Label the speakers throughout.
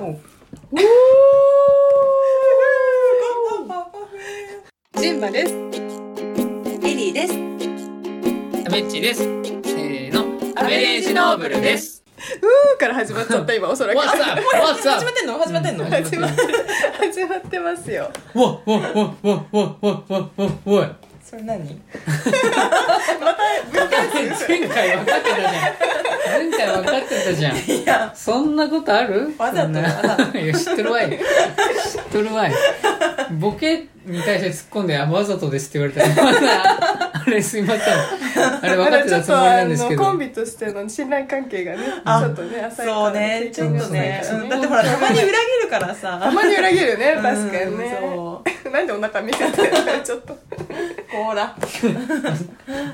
Speaker 1: ジンバです。
Speaker 2: エリーです。
Speaker 3: アベッチです。せーの、アベレージノーブルです。
Speaker 1: うーから始まっちゃった今おそらく。
Speaker 3: What's
Speaker 1: 始
Speaker 3: up? What's
Speaker 2: 始
Speaker 3: up?
Speaker 2: まってんの始まってんの、
Speaker 3: うん
Speaker 2: 始
Speaker 1: まって始まってますよ。
Speaker 3: わわわわわわわわわ。
Speaker 2: それ何
Speaker 3: 前回分かってたじゃん。前回分かってたじゃん。
Speaker 2: いや、
Speaker 3: そんなことある
Speaker 2: わざと
Speaker 3: そんな
Speaker 2: わざ
Speaker 3: いや、知ってるわい。知ってるわい。ボケに対して突っ込んで、あ、わざとですって言われたら、まだあれすいません。あれ分かって
Speaker 1: ちょ
Speaker 3: た
Speaker 1: っ
Speaker 3: つも
Speaker 1: と
Speaker 3: りな
Speaker 1: あ
Speaker 3: んですけ
Speaker 1: の
Speaker 3: ど。
Speaker 1: コンビとしての信頼関係がね、
Speaker 2: あ
Speaker 1: ちょっとね浅いから。
Speaker 2: そうね、ちょっとね。
Speaker 3: そう
Speaker 2: う
Speaker 3: ね
Speaker 2: んだってほら、たまに裏切るから
Speaker 1: た
Speaker 2: さ。
Speaker 1: まに裏切るね
Speaker 2: うん
Speaker 1: 確かにね。
Speaker 2: そ
Speaker 1: なんでお腹見せてるのちょっと。
Speaker 2: ほら。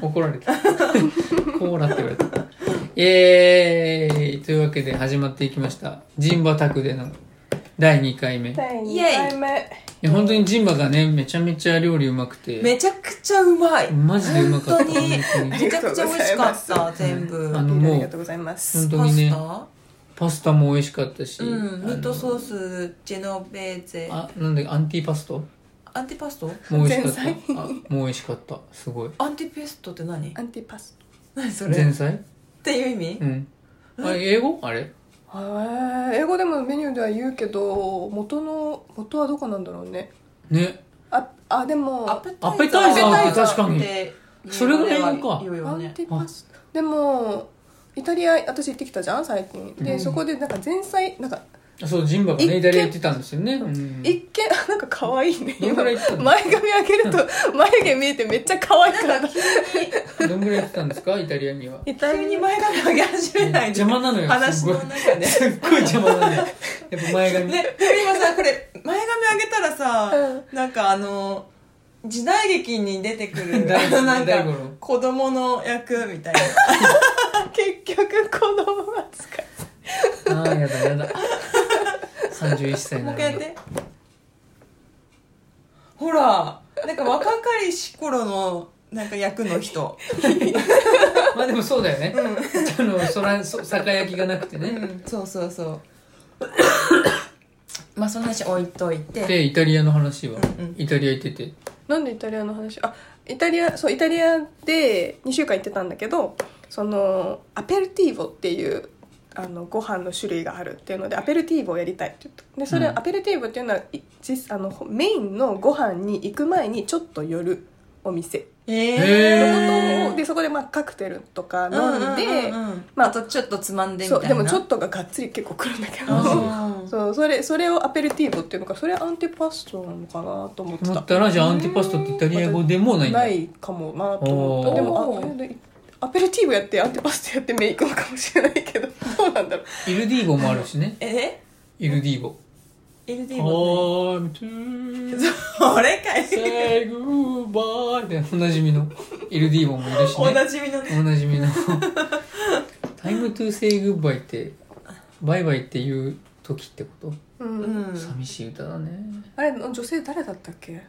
Speaker 3: 怒られた。 こうらって言われた。イエーイというわけで始まっていきました。ジンバタクでの第2回目。い
Speaker 1: 第
Speaker 2: イ
Speaker 1: 二
Speaker 2: エイ
Speaker 1: 回目。
Speaker 3: や、本当にジンバがね、めちゃめちゃ料理うまくて。
Speaker 2: めちゃくちゃうまい。
Speaker 3: マジでうまかった。
Speaker 2: 本当
Speaker 3: 本
Speaker 2: に
Speaker 3: 当
Speaker 2: めちゃくちゃ美味しかっ
Speaker 1: あ
Speaker 2: た、全部。
Speaker 3: あの
Speaker 2: パ
Speaker 1: あり
Speaker 3: も
Speaker 1: が
Speaker 3: う
Speaker 1: とう、ございます。
Speaker 3: 本当に
Speaker 2: ス
Speaker 3: ね、
Speaker 2: タ
Speaker 3: パスタも美味しかったし。
Speaker 2: うん、ミートソ
Speaker 3: ース。
Speaker 2: ース、ジェノベーゼ。
Speaker 3: あ、なんだっけアンティパスタも
Speaker 2: アンティパスト
Speaker 3: う美味しかった
Speaker 1: 前。
Speaker 3: あもう美味しかった。すごい。
Speaker 2: アンティペストって何
Speaker 1: アンティパス。
Speaker 2: 何それ
Speaker 3: 前
Speaker 2: っ
Speaker 3: 菜
Speaker 2: ていう意味
Speaker 3: うん。あれ、英語あれ
Speaker 1: へー英語でもメニューでは言うけど元の元はどこなんだろうね
Speaker 3: ね。
Speaker 1: ああでも
Speaker 2: ア
Speaker 1: ア
Speaker 2: ペ
Speaker 3: アペタイザ
Speaker 1: ーって
Speaker 3: 確かに
Speaker 2: って
Speaker 3: それが英語か
Speaker 2: 言うよ
Speaker 1: ン
Speaker 2: ね
Speaker 1: ティパスでもイタリア私行ってきたじゃん最近で、
Speaker 3: うん
Speaker 1: そこでなんか前菜なんか
Speaker 3: そう、ジンバが
Speaker 1: 一軒
Speaker 3: ね、イタリア行ってたんですよね。うん
Speaker 1: 一見 あなんか可愛いね
Speaker 3: どん
Speaker 1: 今
Speaker 3: ぐら
Speaker 1: 前
Speaker 3: い行ったの
Speaker 1: 髪上げると眉毛見えてめっちゃ可愛くなった
Speaker 3: どんぐらい行ってたんですかイタリアには。
Speaker 1: イタ
Speaker 2: 急
Speaker 1: リ
Speaker 2: に前髪上げ始めないで
Speaker 3: 邪魔なのよ。
Speaker 2: 話
Speaker 3: すごい
Speaker 2: の中で
Speaker 3: すっごい邪魔なんだよ。やっぱ前髪。
Speaker 2: ねで今さこれ前髪上げたらさ
Speaker 1: う
Speaker 2: なんかあの時代劇に出てく る
Speaker 3: 大
Speaker 2: あのなん
Speaker 3: 大
Speaker 2: か
Speaker 3: 五郎
Speaker 2: 子供の役みたいな
Speaker 1: ア 結局子供は使い
Speaker 3: ああ、やだや だ。31歳に
Speaker 2: もう
Speaker 3: な
Speaker 2: 一回や
Speaker 3: るん
Speaker 2: っ
Speaker 3: だ。
Speaker 2: てほらなんか若かりし頃のなんか役の人、
Speaker 3: まあでもそうだよね。あの、そら、そ、酒焼きがなくて
Speaker 2: う
Speaker 3: ね。
Speaker 2: ん、そうそう そうまあその話置いといて
Speaker 3: で、イタリアの話は
Speaker 2: うんうん、
Speaker 3: イタリア行ってて。
Speaker 1: なんでイタリアの話あイタリアそうイタリアで2週間行ってたんだけどそのアペルティーボっていうあのご飯の種類があるっていうのでアペルティーボをやりたいって言ったでそれ、
Speaker 3: うん
Speaker 1: アペルティーボっていうのはい実あのほメインのご飯に行く前にちょっと寄るお店
Speaker 3: へ
Speaker 1: の
Speaker 3: ー
Speaker 1: ことをでそこで、まあ、カクテルとか飲んで、ま
Speaker 2: ま
Speaker 1: あ
Speaker 2: あ、あとちょっとつまんでみた
Speaker 1: そ
Speaker 2: いうな
Speaker 1: でもちょっとががっつり結構来るんだけ
Speaker 3: あそう
Speaker 1: どそうそれそれをアペルティーボっていうのかそれアンティパストなのかなと思って
Speaker 3: 思
Speaker 1: た
Speaker 3: ったら、じゃあアンティパスタってイタリア語でもないんだ。
Speaker 1: ないかもなと思った
Speaker 3: おー
Speaker 1: でもあえでアペルティーブやってアンティパスタやってメイクのかもしれないけど どうなんだろう
Speaker 3: イルディーボもあるしね。
Speaker 2: え
Speaker 3: イルディーボ。
Speaker 2: ?LD も、
Speaker 3: I'm to
Speaker 2: ね、それかい
Speaker 3: say goodbye でおなじみのイルディーボもいるし
Speaker 2: お
Speaker 3: ね。
Speaker 2: なじみのね
Speaker 3: おなじみの「タイムトゥーセイグッバイ」って「バイバイ」って言う時ってこと、
Speaker 1: うん、
Speaker 2: うん
Speaker 3: 寂しい歌だね
Speaker 1: あれ女性誰だったっけ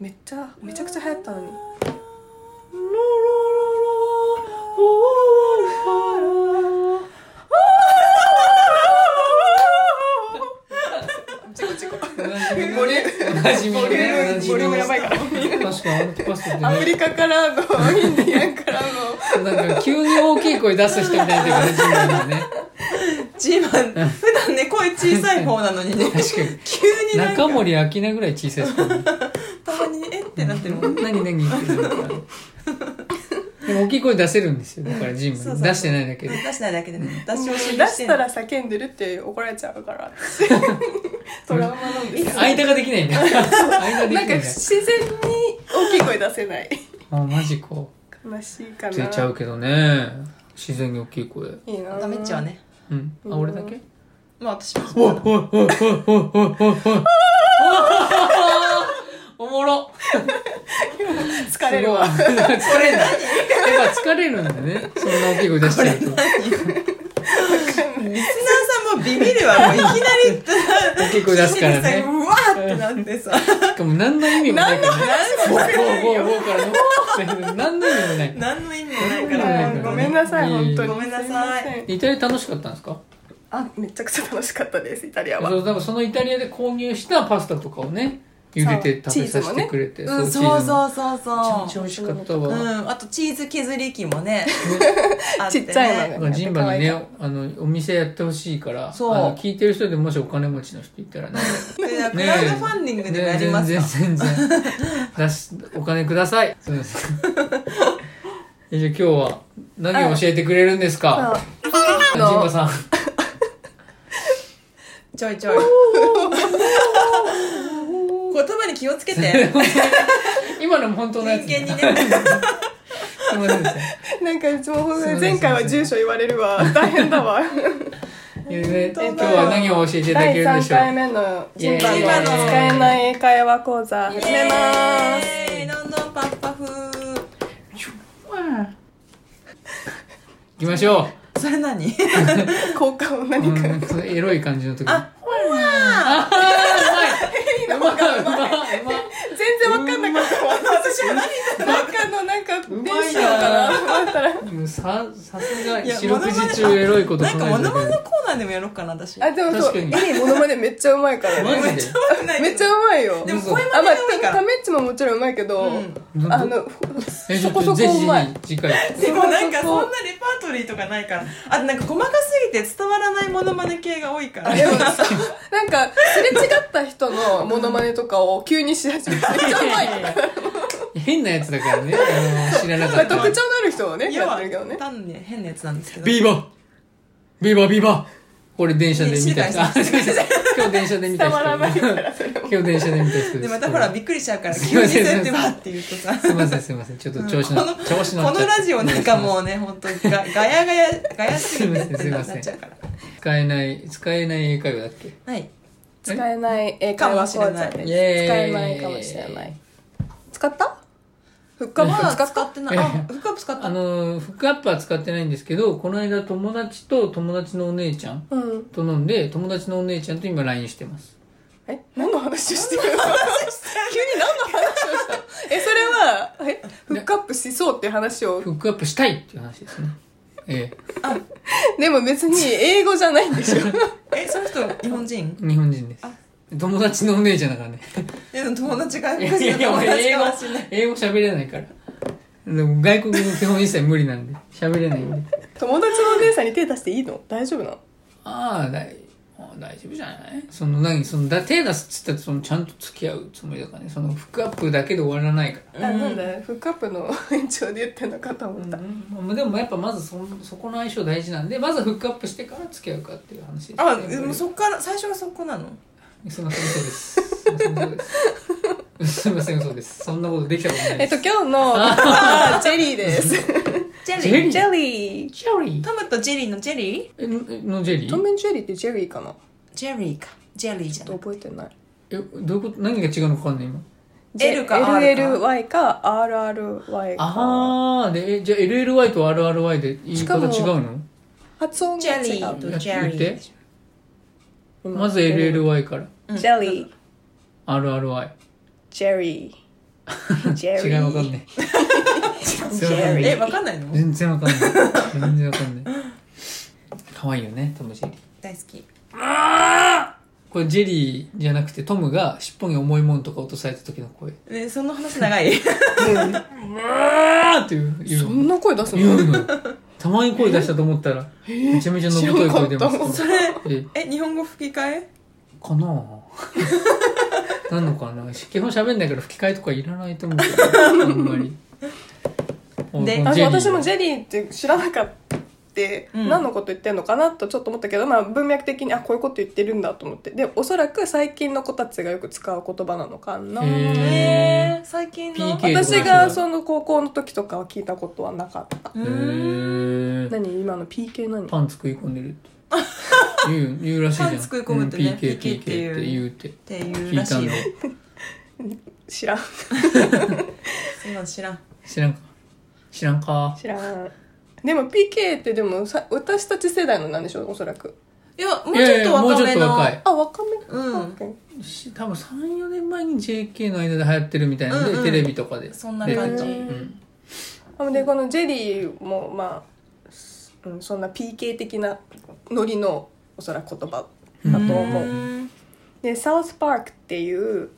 Speaker 1: めっちゃめちゃくちゃ流行ったのにチコチコ
Speaker 3: おなじみの
Speaker 1: ボリュ
Speaker 3: おなじみ
Speaker 1: ボ
Speaker 3: の
Speaker 1: リュ
Speaker 3: ねお
Speaker 1: ームボリュー
Speaker 3: なじみの
Speaker 1: ムやばいから
Speaker 3: 確かアンティパスタって
Speaker 1: アフ
Speaker 3: ね
Speaker 1: リカからのインディアン からの
Speaker 3: なんか急に大きい声出す人みたいな感じになるよね
Speaker 2: ジーマン普段ね声小さい方なのにね
Speaker 3: 確かに
Speaker 2: 急になんか
Speaker 3: 中森明菜ぐらい小さいですからね
Speaker 2: たまにねえってなってるもん
Speaker 3: 何何言ってるのかでも大きい声出せるんですよだからジム
Speaker 2: そうそう
Speaker 3: 出してないだけ
Speaker 2: 出
Speaker 3: で
Speaker 2: してないだけでね出し惜しみ
Speaker 1: 出
Speaker 2: して
Speaker 1: し
Speaker 2: ん
Speaker 1: た
Speaker 2: の
Speaker 1: ら叫んでるって怒られちゃう からトラウマなんですよ
Speaker 3: 間ができないね間できな
Speaker 1: なん
Speaker 3: い
Speaker 1: か
Speaker 3: ね
Speaker 1: 自然に大きい声出せない
Speaker 3: あマジか
Speaker 1: 悲しいかな
Speaker 3: ついちゃうけどね自然に大きい声
Speaker 1: いいな
Speaker 2: ダメっちゃうね
Speaker 3: うん
Speaker 1: う
Speaker 3: あ
Speaker 1: ん
Speaker 3: 俺だけ
Speaker 2: まあ私も
Speaker 3: おいおいおいおいおいおいおいおもろ
Speaker 1: 疲れるわ
Speaker 3: すごい 疲れるやっぱ疲れるんだねそんな大きい声出しちゃうと
Speaker 2: リスナーさんもビビるわもういきなり
Speaker 3: 大きい声出すからね
Speaker 2: うわーってなってさ
Speaker 3: しかも何の意味もないからね
Speaker 2: 何の
Speaker 3: ゴーゴーゴーからのだけど何の意味もない
Speaker 2: 何の意味もない
Speaker 3: ご
Speaker 2: か
Speaker 3: めんなさ
Speaker 2: ら
Speaker 3: い
Speaker 1: ごめんなさい
Speaker 3: い
Speaker 1: 本
Speaker 3: えいえ
Speaker 1: 当に
Speaker 2: ごめんなさい
Speaker 1: すません
Speaker 3: イタリア楽しかったんですか
Speaker 1: あめちゃくちゃ楽しかったですイタリアは
Speaker 3: そうだからそのイタリアで購入したパスタとかをね茹でて食べさせてくれて
Speaker 2: うん、
Speaker 3: チーズ
Speaker 2: そう
Speaker 3: も
Speaker 2: そうそう
Speaker 3: めちゃ
Speaker 2: そ
Speaker 3: めちゃ美味しかった
Speaker 2: う。う
Speaker 3: わ、
Speaker 2: ん、あとチーズ削り器 もね。あてね
Speaker 1: ちっちゃいの
Speaker 3: だ
Speaker 1: が
Speaker 3: からジンバに
Speaker 1: 可愛
Speaker 3: ねあのお店やってほしいから
Speaker 2: そう
Speaker 3: あの聞いてる人でもしお金持ちの人いたらね
Speaker 2: でク
Speaker 3: ね
Speaker 2: ラウドファンディングでもやりますか、
Speaker 3: 全然全然出しお金くださいすいません えじゃあ今日は何を教えてくれるんですか
Speaker 1: そう
Speaker 3: ジンバさん
Speaker 2: ちょいちょい。 言葉に気をつけて。
Speaker 3: 今のも本当のやつ
Speaker 2: 真剣にね
Speaker 3: すいませんでした
Speaker 1: なんかうちもほんとに前回は住所言われるわ大変だわ
Speaker 3: ゆうべ
Speaker 2: 当だ
Speaker 3: 今日は何を教えていただ
Speaker 1: 第
Speaker 3: けるんで
Speaker 1: 3
Speaker 3: しょう
Speaker 1: 回目のジンバ
Speaker 3: イ
Speaker 1: の
Speaker 3: エーイ
Speaker 1: 使えない英会話講座始めます
Speaker 2: イエーイロンドンパッパ風。
Speaker 3: 行きましょ
Speaker 2: それ何
Speaker 1: 効果を
Speaker 3: う、う
Speaker 1: 何か、
Speaker 3: ん、このエロい感じの時
Speaker 2: あ、ほら
Speaker 3: あーうまいうまいうまいうま
Speaker 1: 全然わかんなかったわ私は何なんかのなんか
Speaker 3: う
Speaker 1: 電
Speaker 3: まい
Speaker 1: 子のかな
Speaker 3: なもうささすが
Speaker 2: いや
Speaker 3: 四六時中エロいこと
Speaker 2: なんかモノマネ
Speaker 3: で
Speaker 2: コーナーでもやろうかな、私。
Speaker 1: あでもそう
Speaker 3: 確か
Speaker 1: いいものまねめっちゃうまいからね
Speaker 3: マジで
Speaker 1: めっちゃうまいよ
Speaker 2: でも
Speaker 3: 嘘
Speaker 2: 声
Speaker 1: あ
Speaker 2: ま
Speaker 1: まあ
Speaker 2: でもいいか
Speaker 1: タ
Speaker 2: ら。
Speaker 1: メっちももちろんうまいけど、
Speaker 2: うん
Speaker 1: あの
Speaker 3: えち
Speaker 1: そ
Speaker 3: ょっと
Speaker 1: こそこ
Speaker 3: ぜひ
Speaker 1: うまい
Speaker 3: 次回
Speaker 2: でもなんか
Speaker 1: そ
Speaker 2: そ
Speaker 1: こ
Speaker 2: んなレパートリーとかないから。あとなんか細かすぎて伝わらないモノマネ系が多いから。
Speaker 1: でもなんかすれ違った人のモノマネとかを急にし始めてめっちゃうまい
Speaker 2: いやいやい
Speaker 3: 変なやつだからねあの知らな
Speaker 1: ま
Speaker 3: か
Speaker 1: あ
Speaker 3: った
Speaker 1: 特徴のある人をね
Speaker 2: 要
Speaker 1: やっ
Speaker 2: は
Speaker 1: てるけどね
Speaker 2: 単に変なやつなんですけど。
Speaker 3: ビーバービーバービーバーこれ電車で見た
Speaker 2: い
Speaker 3: 人
Speaker 2: や
Speaker 3: あ
Speaker 2: 知らない知らない
Speaker 3: 今日電車で見た
Speaker 1: 伝わらない
Speaker 3: 人
Speaker 1: からそれも
Speaker 3: 今日電車で見た人です
Speaker 2: でまたほらびっくりしちゃうから急にそうやってわーって言うとさ。
Speaker 3: すいませんすいませんちょっと調子の、
Speaker 2: うん
Speaker 3: 調子
Speaker 2: こ
Speaker 3: の
Speaker 2: のラジオなんかもうね、本当ガガヤガヤ、ガヤすぎて
Speaker 3: すいません
Speaker 2: なっちゃうから。
Speaker 3: 使えない使えない英会話だっけ
Speaker 2: はい。
Speaker 1: 使えない英会話講座です使
Speaker 3: イエーイ
Speaker 1: えないかもしれない使ったフックア
Speaker 2: ま
Speaker 1: ッ
Speaker 2: だ
Speaker 1: プ使っ
Speaker 2: 使ってない。
Speaker 3: いや
Speaker 2: あ、
Speaker 3: いや
Speaker 2: フックアップ使っ
Speaker 3: あ
Speaker 2: た。
Speaker 3: のフックアップは使ってないんですけどこの間友達と友達のお姉ちゃん
Speaker 1: たうん
Speaker 3: と飲んで友達のお姉ちゃんと今 LINE してます
Speaker 1: え何の話をしてる急に何の話をした えそれはえフックアップしそうっていう話を
Speaker 3: フックアップしたいっていう話ですねえ
Speaker 1: でも別に英語じゃないんでしょ
Speaker 2: え、その人、日本人
Speaker 3: え日本人です
Speaker 2: あ
Speaker 3: 友達のお姉ちゃんだからね
Speaker 2: え、でも友達外
Speaker 3: い
Speaker 2: 国
Speaker 3: やいやいや
Speaker 2: 人の友
Speaker 3: 俺
Speaker 2: 達
Speaker 3: 英
Speaker 2: か
Speaker 3: 語
Speaker 2: もしれない。
Speaker 3: 英語喋れないからでも外国の基本一切無理なんで喋れないんで
Speaker 1: 友達のお姉さんに手出していいの大丈夫なの
Speaker 3: ああ大あー大丈夫じゃないその何そのだ手出すっつったらそのちゃんと付き合うつもりだからねそのフックアップだけで終わらないから
Speaker 1: あなんだフックアップの延長で言ってんのかと思った、
Speaker 3: うん、でもやっぱまずそんそこの相性大事なんでまずフックアップしてから付き合うかっていう話です、ね、
Speaker 2: あ、でもそっから、最初はそこなの
Speaker 3: すいません嘘ですすいません嘘ですすいません嘘ですそんなことできたことない
Speaker 1: え
Speaker 3: で
Speaker 1: っと
Speaker 3: す
Speaker 1: 今日のあージェリーです
Speaker 2: ジェ
Speaker 3: ジェリー
Speaker 1: ジェリー
Speaker 3: ジェリー
Speaker 2: トムとジェリーのジェリ
Speaker 3: えののジェリ
Speaker 1: ト
Speaker 3: ー
Speaker 1: ムジェリーってジェリーかな
Speaker 2: ージェリーか。ジェリーじゃ
Speaker 1: ちょっ
Speaker 2: ない。
Speaker 1: と覚えてない
Speaker 3: えどういうこと何が違うのかわかんない今
Speaker 2: L か R
Speaker 1: LLY か RRY か
Speaker 3: ああでえじゃあ LLY と RRY で言い方違
Speaker 1: し
Speaker 3: う
Speaker 1: か
Speaker 3: の
Speaker 1: 発音
Speaker 2: ジ
Speaker 1: が
Speaker 2: ェ
Speaker 1: 違
Speaker 2: リ
Speaker 1: う
Speaker 2: ー
Speaker 3: 違
Speaker 2: と
Speaker 3: う
Speaker 2: ジェ
Speaker 3: 言
Speaker 2: リ
Speaker 3: って
Speaker 2: ー。
Speaker 1: 今
Speaker 3: まず LLY から
Speaker 1: ジェリー
Speaker 3: RRY
Speaker 1: ジ ェリージェ
Speaker 3: 違
Speaker 1: リ
Speaker 3: いわか
Speaker 1: ー
Speaker 3: んない全然わかん
Speaker 1: ジ
Speaker 3: な
Speaker 1: ェ
Speaker 2: え、
Speaker 3: い
Speaker 1: リー
Speaker 3: 全然わかんない全然
Speaker 2: わかんないの
Speaker 3: わかんない可愛いよねトムジェリー
Speaker 2: 大好き。
Speaker 3: これジェリーじゃなくてトムが尻尾に重いもんとか落とされた時の声
Speaker 2: え、その話長い。
Speaker 3: あーっていう言
Speaker 1: そ
Speaker 3: うん
Speaker 1: な声出す
Speaker 3: 言
Speaker 1: の
Speaker 3: うのたまに声出したと思ったらめちゃめちゃのぶとい声出ま
Speaker 1: 知らなかっ
Speaker 3: す
Speaker 2: それ、
Speaker 3: え
Speaker 2: え、日本語吹き替え
Speaker 3: かなぁなんのかな基本喋んないから吹き替えとかいらないと思うけどあんまり
Speaker 2: で
Speaker 1: あ
Speaker 3: ジ
Speaker 1: の
Speaker 3: ェリー
Speaker 1: 私もジェリーって知らなかった
Speaker 2: うん
Speaker 1: 何のこと言ってんのかなとちょっと思ったけど、まあ、文脈的にあこういうこと言ってるんだと思ってでおそらく最近の子たちがよく使う言葉なのかな
Speaker 3: へー
Speaker 2: えー、最近の。
Speaker 3: PK
Speaker 1: 私がその高校の時とかは聞いたことはなかった
Speaker 2: う
Speaker 3: へ
Speaker 2: ーん
Speaker 3: ー
Speaker 1: 何今の PK 何
Speaker 3: パン作り込んでるって言う言うらしいじゃん
Speaker 2: パン作り込むってね
Speaker 3: うん PK, PK って言うって
Speaker 2: っていう
Speaker 3: 聞
Speaker 2: ら
Speaker 3: いた
Speaker 2: し
Speaker 3: ん
Speaker 2: いよ
Speaker 3: で
Speaker 1: 知らん
Speaker 2: 今知らん
Speaker 3: 知らんか知らんか
Speaker 1: 知らんでも PK ってでもさ私たち世代のなんでしょうおそらく
Speaker 2: いやもう
Speaker 3: い
Speaker 2: ちょ
Speaker 3: や
Speaker 2: っ
Speaker 3: いや
Speaker 2: と
Speaker 3: もう
Speaker 2: 若
Speaker 3: ちょっ
Speaker 2: め
Speaker 3: と
Speaker 2: の
Speaker 3: 若い
Speaker 1: あ若め
Speaker 2: うん
Speaker 1: ん
Speaker 3: し多分34年前に JK の間で流行ってるみたいなんで、
Speaker 2: うんうん
Speaker 3: テレビとかで
Speaker 2: そんな感じ
Speaker 3: 出ててうん
Speaker 1: あでこのジェリーもまあ、うん、そんな PK 的なノリのおそらく言葉
Speaker 3: うん
Speaker 1: だと思う、
Speaker 2: ん
Speaker 1: で「サウスパーク」っていう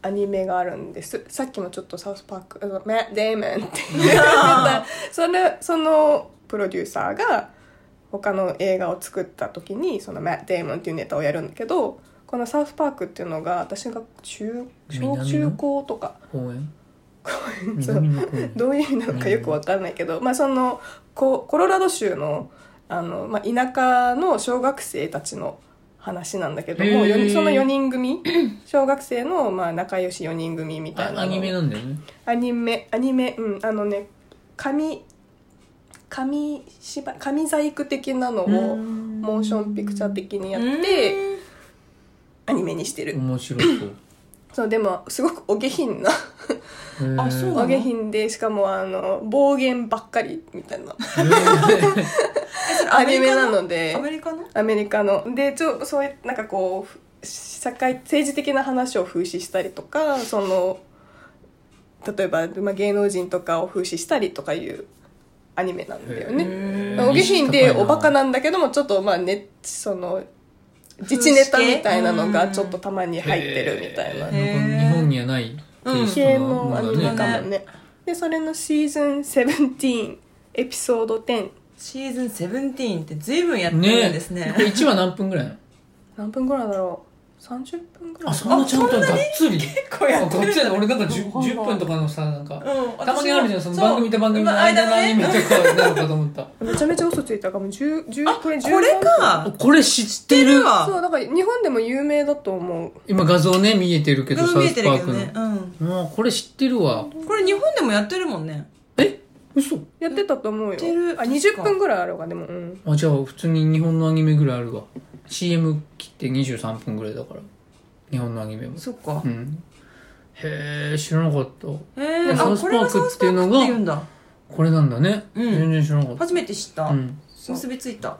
Speaker 1: アニメがあるんですさっきもちょっと「サウスパーク」あの「マット・デイモン」って言ったそれそのプロデューサーが他の映画を作った時にその「マット・デイモン」っていうネタをやるんだけどこの「サウスパーク」っていうのが私が中小
Speaker 3: 南の
Speaker 1: 中高とか
Speaker 3: 公園
Speaker 1: そう
Speaker 3: 南の公 園
Speaker 1: どういう意味なのかよくわかんないけど、まあ、そのココロラド州のあの、まあ、田舎の小学生たちの話なんだけど
Speaker 3: へ
Speaker 1: も
Speaker 3: ー
Speaker 1: よにその4人組 小学生のまあ仲良し4人組みたい
Speaker 3: あ
Speaker 1: な
Speaker 3: アニメ
Speaker 1: の
Speaker 3: なんだよね
Speaker 1: アニメアニメうんあのね紙紙芝居紙細工的なのをモーションピクチャー的にやってアニメにしてる
Speaker 3: 面白そう
Speaker 1: そうでもすごくお下品な
Speaker 3: へー
Speaker 2: あそう
Speaker 1: お
Speaker 2: なの
Speaker 1: 下品でしかもあの暴言ばっかりみたいなアニメなので
Speaker 2: アメリカの
Speaker 1: アメリカのでちょそういうなんかこうふ社会政治的な話を風刺したりとかその例えば、まあ、芸能人とかを風刺したりとかいうアニメなんだよね。
Speaker 2: ね
Speaker 1: お下品でおバカ
Speaker 3: な
Speaker 1: なんだけどもちょっとまあねその自治ネタみたいなのがちょっとたまに入ってるみたいな
Speaker 3: へーなんか日本にはないテイス
Speaker 1: 系
Speaker 3: トの
Speaker 1: のア
Speaker 3: も
Speaker 1: ニ
Speaker 3: のだ
Speaker 1: メ
Speaker 3: ね
Speaker 1: かもね。でそれのシーズン17エピソード10
Speaker 2: シーズンセブンティーンって随分やってるんですね
Speaker 3: これ1話何分ぐらいなの
Speaker 1: 何分ぐらいだろう30分ぐらい
Speaker 3: あそんなちゃんとがっつり
Speaker 2: 結構や
Speaker 3: あ
Speaker 2: っ
Speaker 3: こ
Speaker 2: て
Speaker 3: っ
Speaker 2: る
Speaker 3: ちだね俺なんか 10,
Speaker 1: はいはい
Speaker 3: 10分とかのさなんか
Speaker 2: うん
Speaker 3: たまにあるじゃんその番組と番組の
Speaker 2: そう間
Speaker 3: 間の
Speaker 2: の
Speaker 3: アニメ
Speaker 2: ね
Speaker 3: とかなのかと思った
Speaker 1: めちゃめちゃ嘘ついたかも10 10
Speaker 2: あ
Speaker 1: こ
Speaker 2: こ
Speaker 1: れ
Speaker 2: れ
Speaker 1: 10
Speaker 3: あ
Speaker 2: か
Speaker 3: これ知っ
Speaker 2: 知って
Speaker 3: て
Speaker 2: る
Speaker 1: そ
Speaker 3: る
Speaker 1: う
Speaker 2: わ
Speaker 1: だから日本でも有名だと思う
Speaker 3: 今画像ね見えてるけどサ
Speaker 2: う
Speaker 3: ウ
Speaker 2: ん見え
Speaker 3: ス
Speaker 2: てる
Speaker 3: パ
Speaker 2: け
Speaker 3: ー
Speaker 2: ど
Speaker 3: ク
Speaker 2: ね
Speaker 3: の
Speaker 2: う
Speaker 3: もうこれ知ってるわ
Speaker 2: んこれ日本でもやってるもんね
Speaker 3: え嘘
Speaker 1: やってたと思うよ
Speaker 2: やってる
Speaker 1: あ20分ぐらいあるわでもうん
Speaker 3: あじゃあ普通に日本のアニメぐらいあるわ CM 切って23分ぐらいだから日本のアニメも
Speaker 2: そっか
Speaker 3: うんへえ知らなかった
Speaker 2: へえ
Speaker 3: サ
Speaker 2: あ
Speaker 3: ウス
Speaker 2: こ
Speaker 3: パ
Speaker 2: れ
Speaker 3: ー
Speaker 2: がサ
Speaker 3: ク
Speaker 2: ウ
Speaker 3: っ
Speaker 2: ス
Speaker 3: て
Speaker 2: パ
Speaker 3: いうの
Speaker 2: ーク
Speaker 3: が
Speaker 2: って言うんだ
Speaker 3: これなんだね、
Speaker 2: うん
Speaker 3: 全然知らなかった
Speaker 2: 初めて知った
Speaker 3: うん、
Speaker 2: 結びついた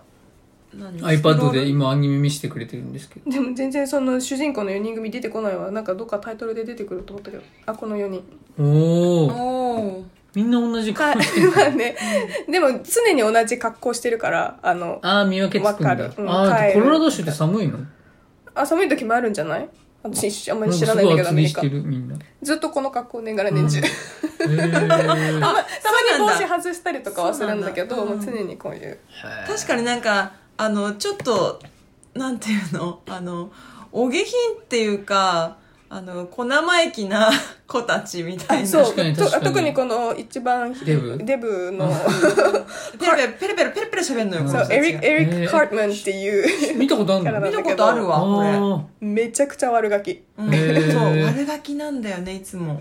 Speaker 2: 何
Speaker 3: iPad で今アニメ見せてくれてるんですけど
Speaker 1: でも全然その主人公の4人組出てこないわなんかどっかタイトルで出てくると思ったけどあこの4人
Speaker 3: おお
Speaker 2: おー
Speaker 3: みんな同じ
Speaker 1: か
Speaker 3: か
Speaker 1: まあねでも常に同じ格好してるからあの
Speaker 3: ああ見分けつくんだ、
Speaker 1: わかるうん
Speaker 3: ああ
Speaker 1: 帰る
Speaker 3: コロラド州って寒いの
Speaker 1: あ寒い時もあるんじゃない私あんま
Speaker 3: なん
Speaker 1: り
Speaker 3: か
Speaker 1: 知ら
Speaker 3: す
Speaker 1: ないんだけ
Speaker 3: ごい
Speaker 1: どア
Speaker 3: 厚
Speaker 1: メ
Speaker 3: 着
Speaker 1: リ
Speaker 3: し
Speaker 1: カ
Speaker 3: てるみんなへ
Speaker 1: ずっとこの格好年がら年中、
Speaker 3: う
Speaker 1: た
Speaker 3: ー
Speaker 1: またまに
Speaker 2: そう
Speaker 1: 帽
Speaker 2: な
Speaker 1: 子外したりとかはするんだけど
Speaker 2: そうなんだ
Speaker 1: もう常にこういう
Speaker 2: 確かになんかあのちょっとなんてい うのあのお下品っていうかあの小生意気な 子たちみたいな
Speaker 1: そう
Speaker 3: 確かに
Speaker 1: と
Speaker 3: 確かに
Speaker 1: 特にこの一番
Speaker 3: デブ
Speaker 1: デブの
Speaker 2: ペラペラペラペラペラペラ喋んのよ、
Speaker 3: うん
Speaker 2: こ
Speaker 1: そ
Speaker 2: の
Speaker 1: う
Speaker 2: 人た
Speaker 1: エ
Speaker 2: ち
Speaker 1: リッ
Speaker 2: が
Speaker 1: ク・エリッ
Speaker 3: ね
Speaker 1: ク・カートマンっていう
Speaker 3: 見たことあ る
Speaker 1: から
Speaker 3: の
Speaker 1: な
Speaker 2: 見たことあるわこれ
Speaker 3: あ
Speaker 1: めちゃくちゃ悪ガキ
Speaker 2: うん
Speaker 3: へー
Speaker 2: そう悪ガキなんだよねいつも
Speaker 3: ー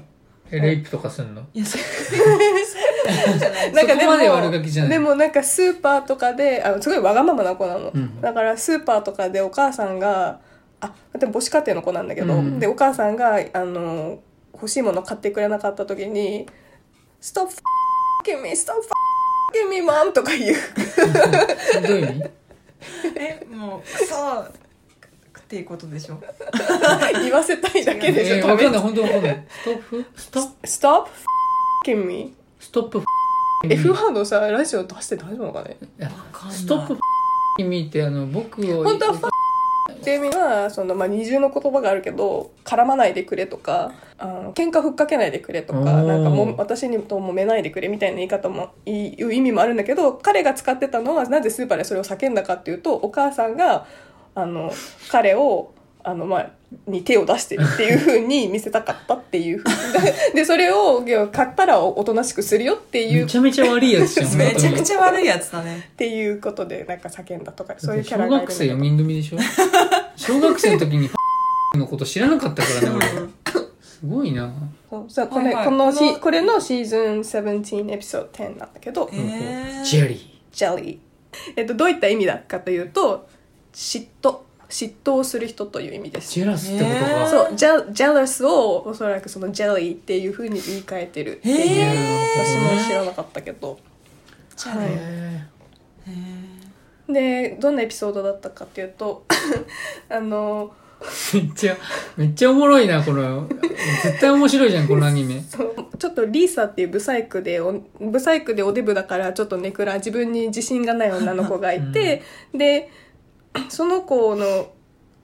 Speaker 3: えレイプとかすんの
Speaker 2: いやそうそうじゃない
Speaker 1: なんかで
Speaker 3: そこ
Speaker 1: も
Speaker 3: まで悪ガキじゃない
Speaker 1: でもなんかスーパーとかであすごいわがままな子なの、
Speaker 3: うん
Speaker 1: だからスーパーとかでお母さんがあでも母子家庭の子なんだけど、
Speaker 3: うん
Speaker 1: でお母さんがあの欲しいもの買ってくれなかった時に「Stop f***ing me stop f***ing me mom」とか言う
Speaker 3: どういう意味
Speaker 2: えもうクソっていうことでしょ
Speaker 1: 言わせたいだけでし
Speaker 3: え
Speaker 1: ょ
Speaker 3: ー、
Speaker 1: 多
Speaker 3: わか
Speaker 1: 分
Speaker 3: んない本当わかんないストップストップ
Speaker 1: Stop f***ing me
Speaker 3: ストップ
Speaker 1: F ワードさラジオ出して大丈夫なのかね
Speaker 2: かんない
Speaker 3: ストップ意味ってあの僕を
Speaker 1: 本当はファっていう意味はその、まあ、二重の言葉があるけど絡まないでくれとかあの喧嘩ふっかけないでくれとか
Speaker 3: おー
Speaker 1: なんかもう私にと揉めないでくれみたいな言い方もいいう意味もあるんだけど彼が使ってたのはなぜスーパーでそれを叫んだかっていうとお母さんがあの彼をあの、まあ、に手を出してるっていうふうに見せたかったっていうふう にでそれをいや買ったらおとなしくするよっていう
Speaker 3: めちゃめちゃ悪いやつじゃん
Speaker 2: めちゃくちゃ悪いやつだ ね
Speaker 1: っていうことでなんか叫んだとかそういうキャラ
Speaker 3: 小
Speaker 1: がいるん
Speaker 3: 学
Speaker 1: だ
Speaker 3: 生
Speaker 1: け
Speaker 3: 4
Speaker 1: ど
Speaker 3: 人組でしょ小学生の時にのこと知らなかったからね俺すごいな
Speaker 1: そうそうこれ、
Speaker 2: はいはい
Speaker 1: このシ
Speaker 2: この
Speaker 1: これのシーズン17エピソード10なんだけど、
Speaker 2: えへー
Speaker 3: ジェリ
Speaker 1: ジェリー、えっと、どういった意味だかというと嫉妬嫉妬をする人という意味で
Speaker 3: ー
Speaker 1: す
Speaker 3: ジェラスってことか、
Speaker 2: へー
Speaker 1: そうジェジェラスをおそらくそのジェリーっていうふうに言い換えてるっていう、
Speaker 2: へー
Speaker 1: 私も知らなかったけど、
Speaker 2: じゃあ
Speaker 1: は
Speaker 3: へ
Speaker 2: へー
Speaker 1: い、でどんなエピソードだったかというと あの
Speaker 3: ーめっちゃめっちゃおもろいなこの絶対面白いじゃんこのアニメ
Speaker 1: そうちょっとリーサっていうブサイクでおブサイクでおデブだからちょっとネクラ自分に自信がない女の子がいて、でその子の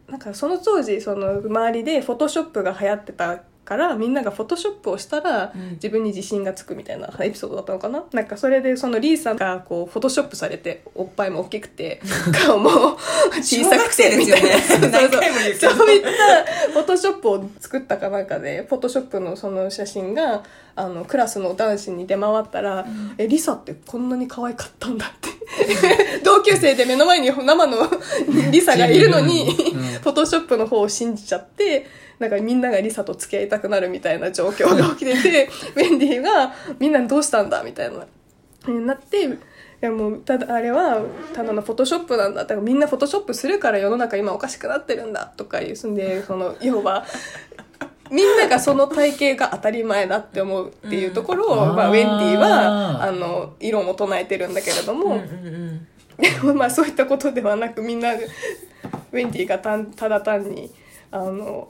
Speaker 1: なんかその当時その周りでフォトショップが流行ってたからみんながフォトショップをしたら
Speaker 2: うん
Speaker 1: 自分に自信がつくみたいなエピソードだったのかななんかそれでそのリーさんがこうフォトショップされておっぱいも大きくて顔も 小さくてみたいな、
Speaker 2: 小学生ですよ ね何回も言うけ
Speaker 1: そう
Speaker 2: ど
Speaker 1: そうそういったフォトショップを作ったかなんかでフォトショップのその写真があのクラスの男子に出回ったら「えリサってこんなに可愛かったんだ」って 同級生で目の前に生のリサがいるのに、
Speaker 3: うん
Speaker 1: フォトショップの方を信じちゃって、なんかみんながリサと付き合いたくなるみたいな状況が起きてて、メンディーがみんなどうしたんだみたいな、になって、いやもうただあれはただのフォトショップなんだだからみんなフォトショップするから世の中今おかしくなってるんだとか言うんでその要はみんながその体型が当たり前だって思うっていうところを、
Speaker 3: うん
Speaker 1: まあ、ウェンディーは
Speaker 3: あー
Speaker 1: あの異論を唱えてるんだけれども、
Speaker 2: うんうんうん
Speaker 1: でもまあそういったことではなくみんなウェンディがたんただ単にあの